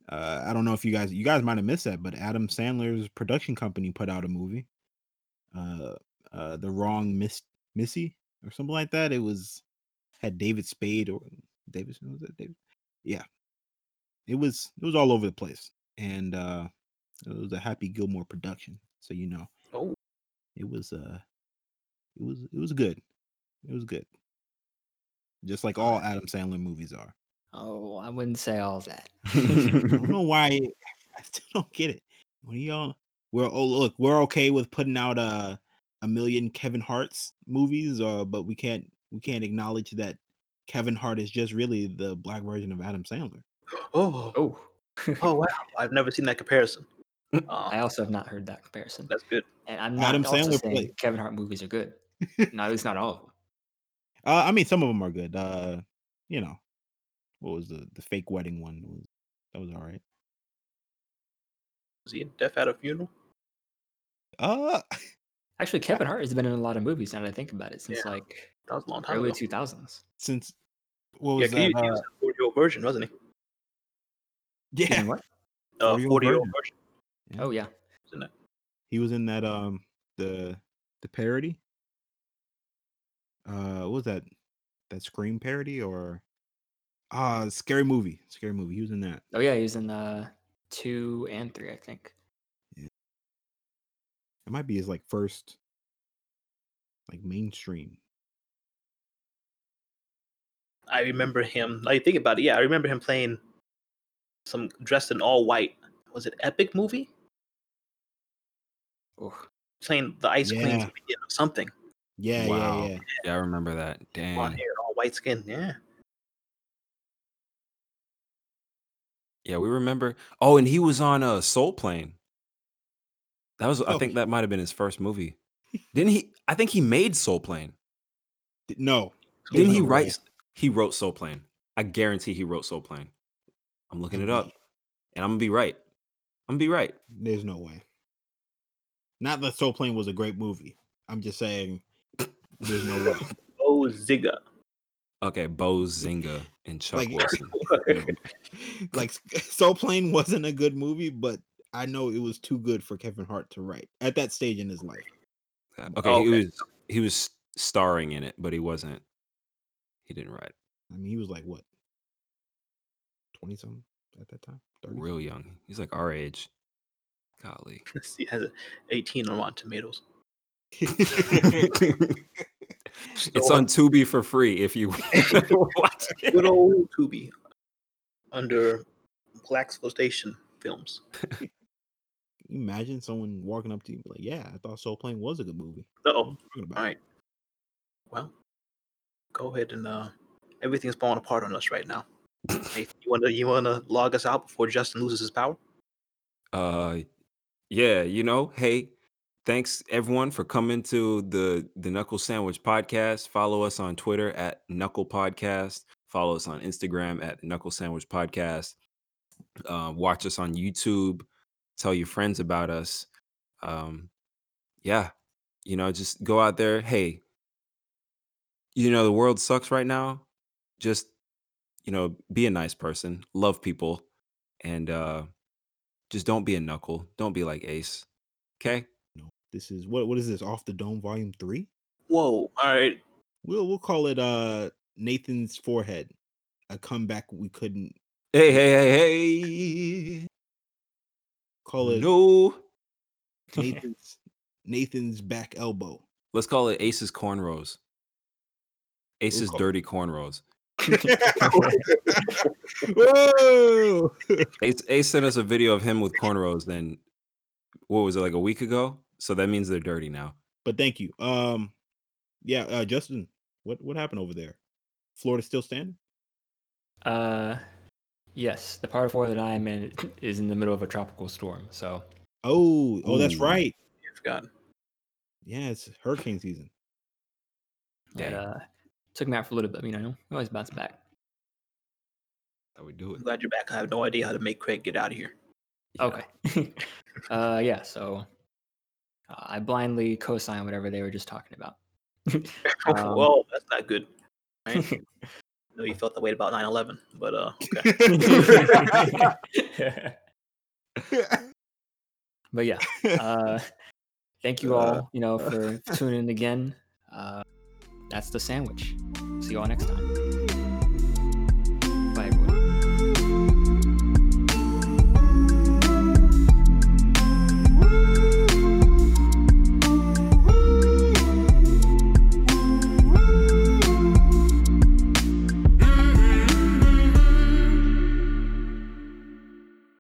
uh I don't know if you guys you guys might have missed that, but Adam Sandler's production company put out a movie. Uh uh The Wrong Miss Missy or something like that. It was had David Spade or Davis was it David? Yeah. It was it was all over the place. And uh it was a Happy Gilmore production, so you know
oh,
it was uh it was it was good it was good just like all adam sandler movies
(laughs)
are
Oh, I wouldn't say all that.
i don't know why (laughs) i still don't get it what do y'all we're oh look we're okay with putting out uh, a million kevin hart's movies uh but we can't we can't acknowledge that kevin hart is just really the black version of adam sandler
oh,
Oh,
oh, wow! I've never seen that comparison. Um,
I also have not heard that comparison.
that's good.
And I'm not
Adam
also
Sandler
saying
played-
Kevin Hart movies are good. no, at least not all of them.
uh i mean some of them are good uh you know what was the the fake wedding one was that was all right
Was he in Death at a Funeral?
uh (laughs)
Actually, Kevin Hart has been in a lot of movies. Now that I think about it, since
Yeah.
like
That was a long time
early
ago.
two
(laughs)
thousands.
since what
yeah,
was
'cause he,
that?
he
uh,
was a forty-year-old version, wasn't he?
yeah,
What?
Uh,
40-year-old
forty-year-old
version.
version.
Oh yeah.
he was in that um the the parody. Uh, what was that? That Scream parody or ah scary movie? Scary movie. He was in that.
Oh yeah, he's in uh two and three, I think.
It might be his like first like mainstream.
I remember him. I think about it. Yeah, I remember him playing some dressed in all white. Was it Epic movie?
Oh,
Playing the ice queen
Yeah.
or something.
Yeah,
Wow.
yeah, yeah.
I remember that. Dang.
Blonde hair, all white skin. Yeah.
Yeah, we remember. Oh, and he was on a uh, Soul Plane. That was, I
Oh.
think, that might have been his first movie. Didn't he? I think he made Soul Plane.
Th- No.
Didn't
there's
he
no
write?
way.
s- He wrote Soul Plane. I guarantee he wrote Soul Plane. I'm looking it up, and I'm gonna be right. I'm gonna be right.
There's no way. Not that Soul Plane was a great movie. I'm just saying there's no way.
Oh, Zigga.
Okay, Bo Zinga and Chuck
Like-
Wilson.
like (laughs) Soul Plane wasn't a good movie, but I know it was too good for Kevin Hart to write at that stage in his life.
Uh, Okay,
Oh,
he
okay.
was he was starring in it, but he wasn't. He didn't write. it.
I mean, he was like what, twenty something at that time? 30?
Real young. He's like our age. Golly.
(laughs) He has a 18 on Rotten Tomatoes.
(laughs) it's on Tubi for free if you (laughs) watch it.
Good old Tubi under Glaxo Station Films.
Can you (laughs) Imagine someone walking up to you and be like, "Yeah, I thought Soul Plane was a good movie."
Oh,
Talking about
all right. Well, go ahead and uh, everything's falling apart on us right now. Hey, you wanna you wanna log us out before Justin loses his power?
Uh yeah, you know, hey, thanks everyone for coming to the the Knuckle Sandwich podcast. Follow us on Twitter at Knuckle Podcast. Follow us on Instagram at Knuckle Sandwich Podcast. Uh, watch us on YouTube. Tell your friends about us. Um, yeah, you know, just go out there. Hey, you know the world sucks right now. Just you know, be a nice person. Love people, and uh, just don't be a knuckle. Don't be like Ace. Okay.
This is what? What is this? Off the Dome Volume Three?
Whoa! All right,
We'll we'll call it uh Nathan's forehead, a comeback we couldn't
Hey, hey, hey, hey.
call it.
No. (laughs)
Nathan's Nathan's back elbow.
Let's call it Ace's cornrows. Ace's
call-
dirty cornrows.
Whoa!
Ace, Ace sent us a video of him with cornrows. Then, what was it like a week ago? So that means they're dirty now.
But thank you. Um, yeah, uh, Justin, what what happened over there? Florida still standing?
Uh, yes, the part four that I am in (clears throat) is in the middle of a tropical storm. So
Oh, oh, that's
Ooh.
right.
I forgot.
Yeah, it's hurricane season. (laughs)
it
Dang.
uh, took me out for a little bit. but, You know, we always bounce back.
That would do
I'm glad you're back. I have no idea how to make Craig get out of here.
Yeah.
Okay. (laughs) uh, yeah. So uh, I blindly co-signed whatever they were just talking
(laughs)
about. (laughs) Um,
Whoa, that's not good. Right? I know you felt that way about 9/11, but uh, okay.
but yeah, uh, thank you all. You know, for tuning in again. Uh, that's the sandwich. See you all next time.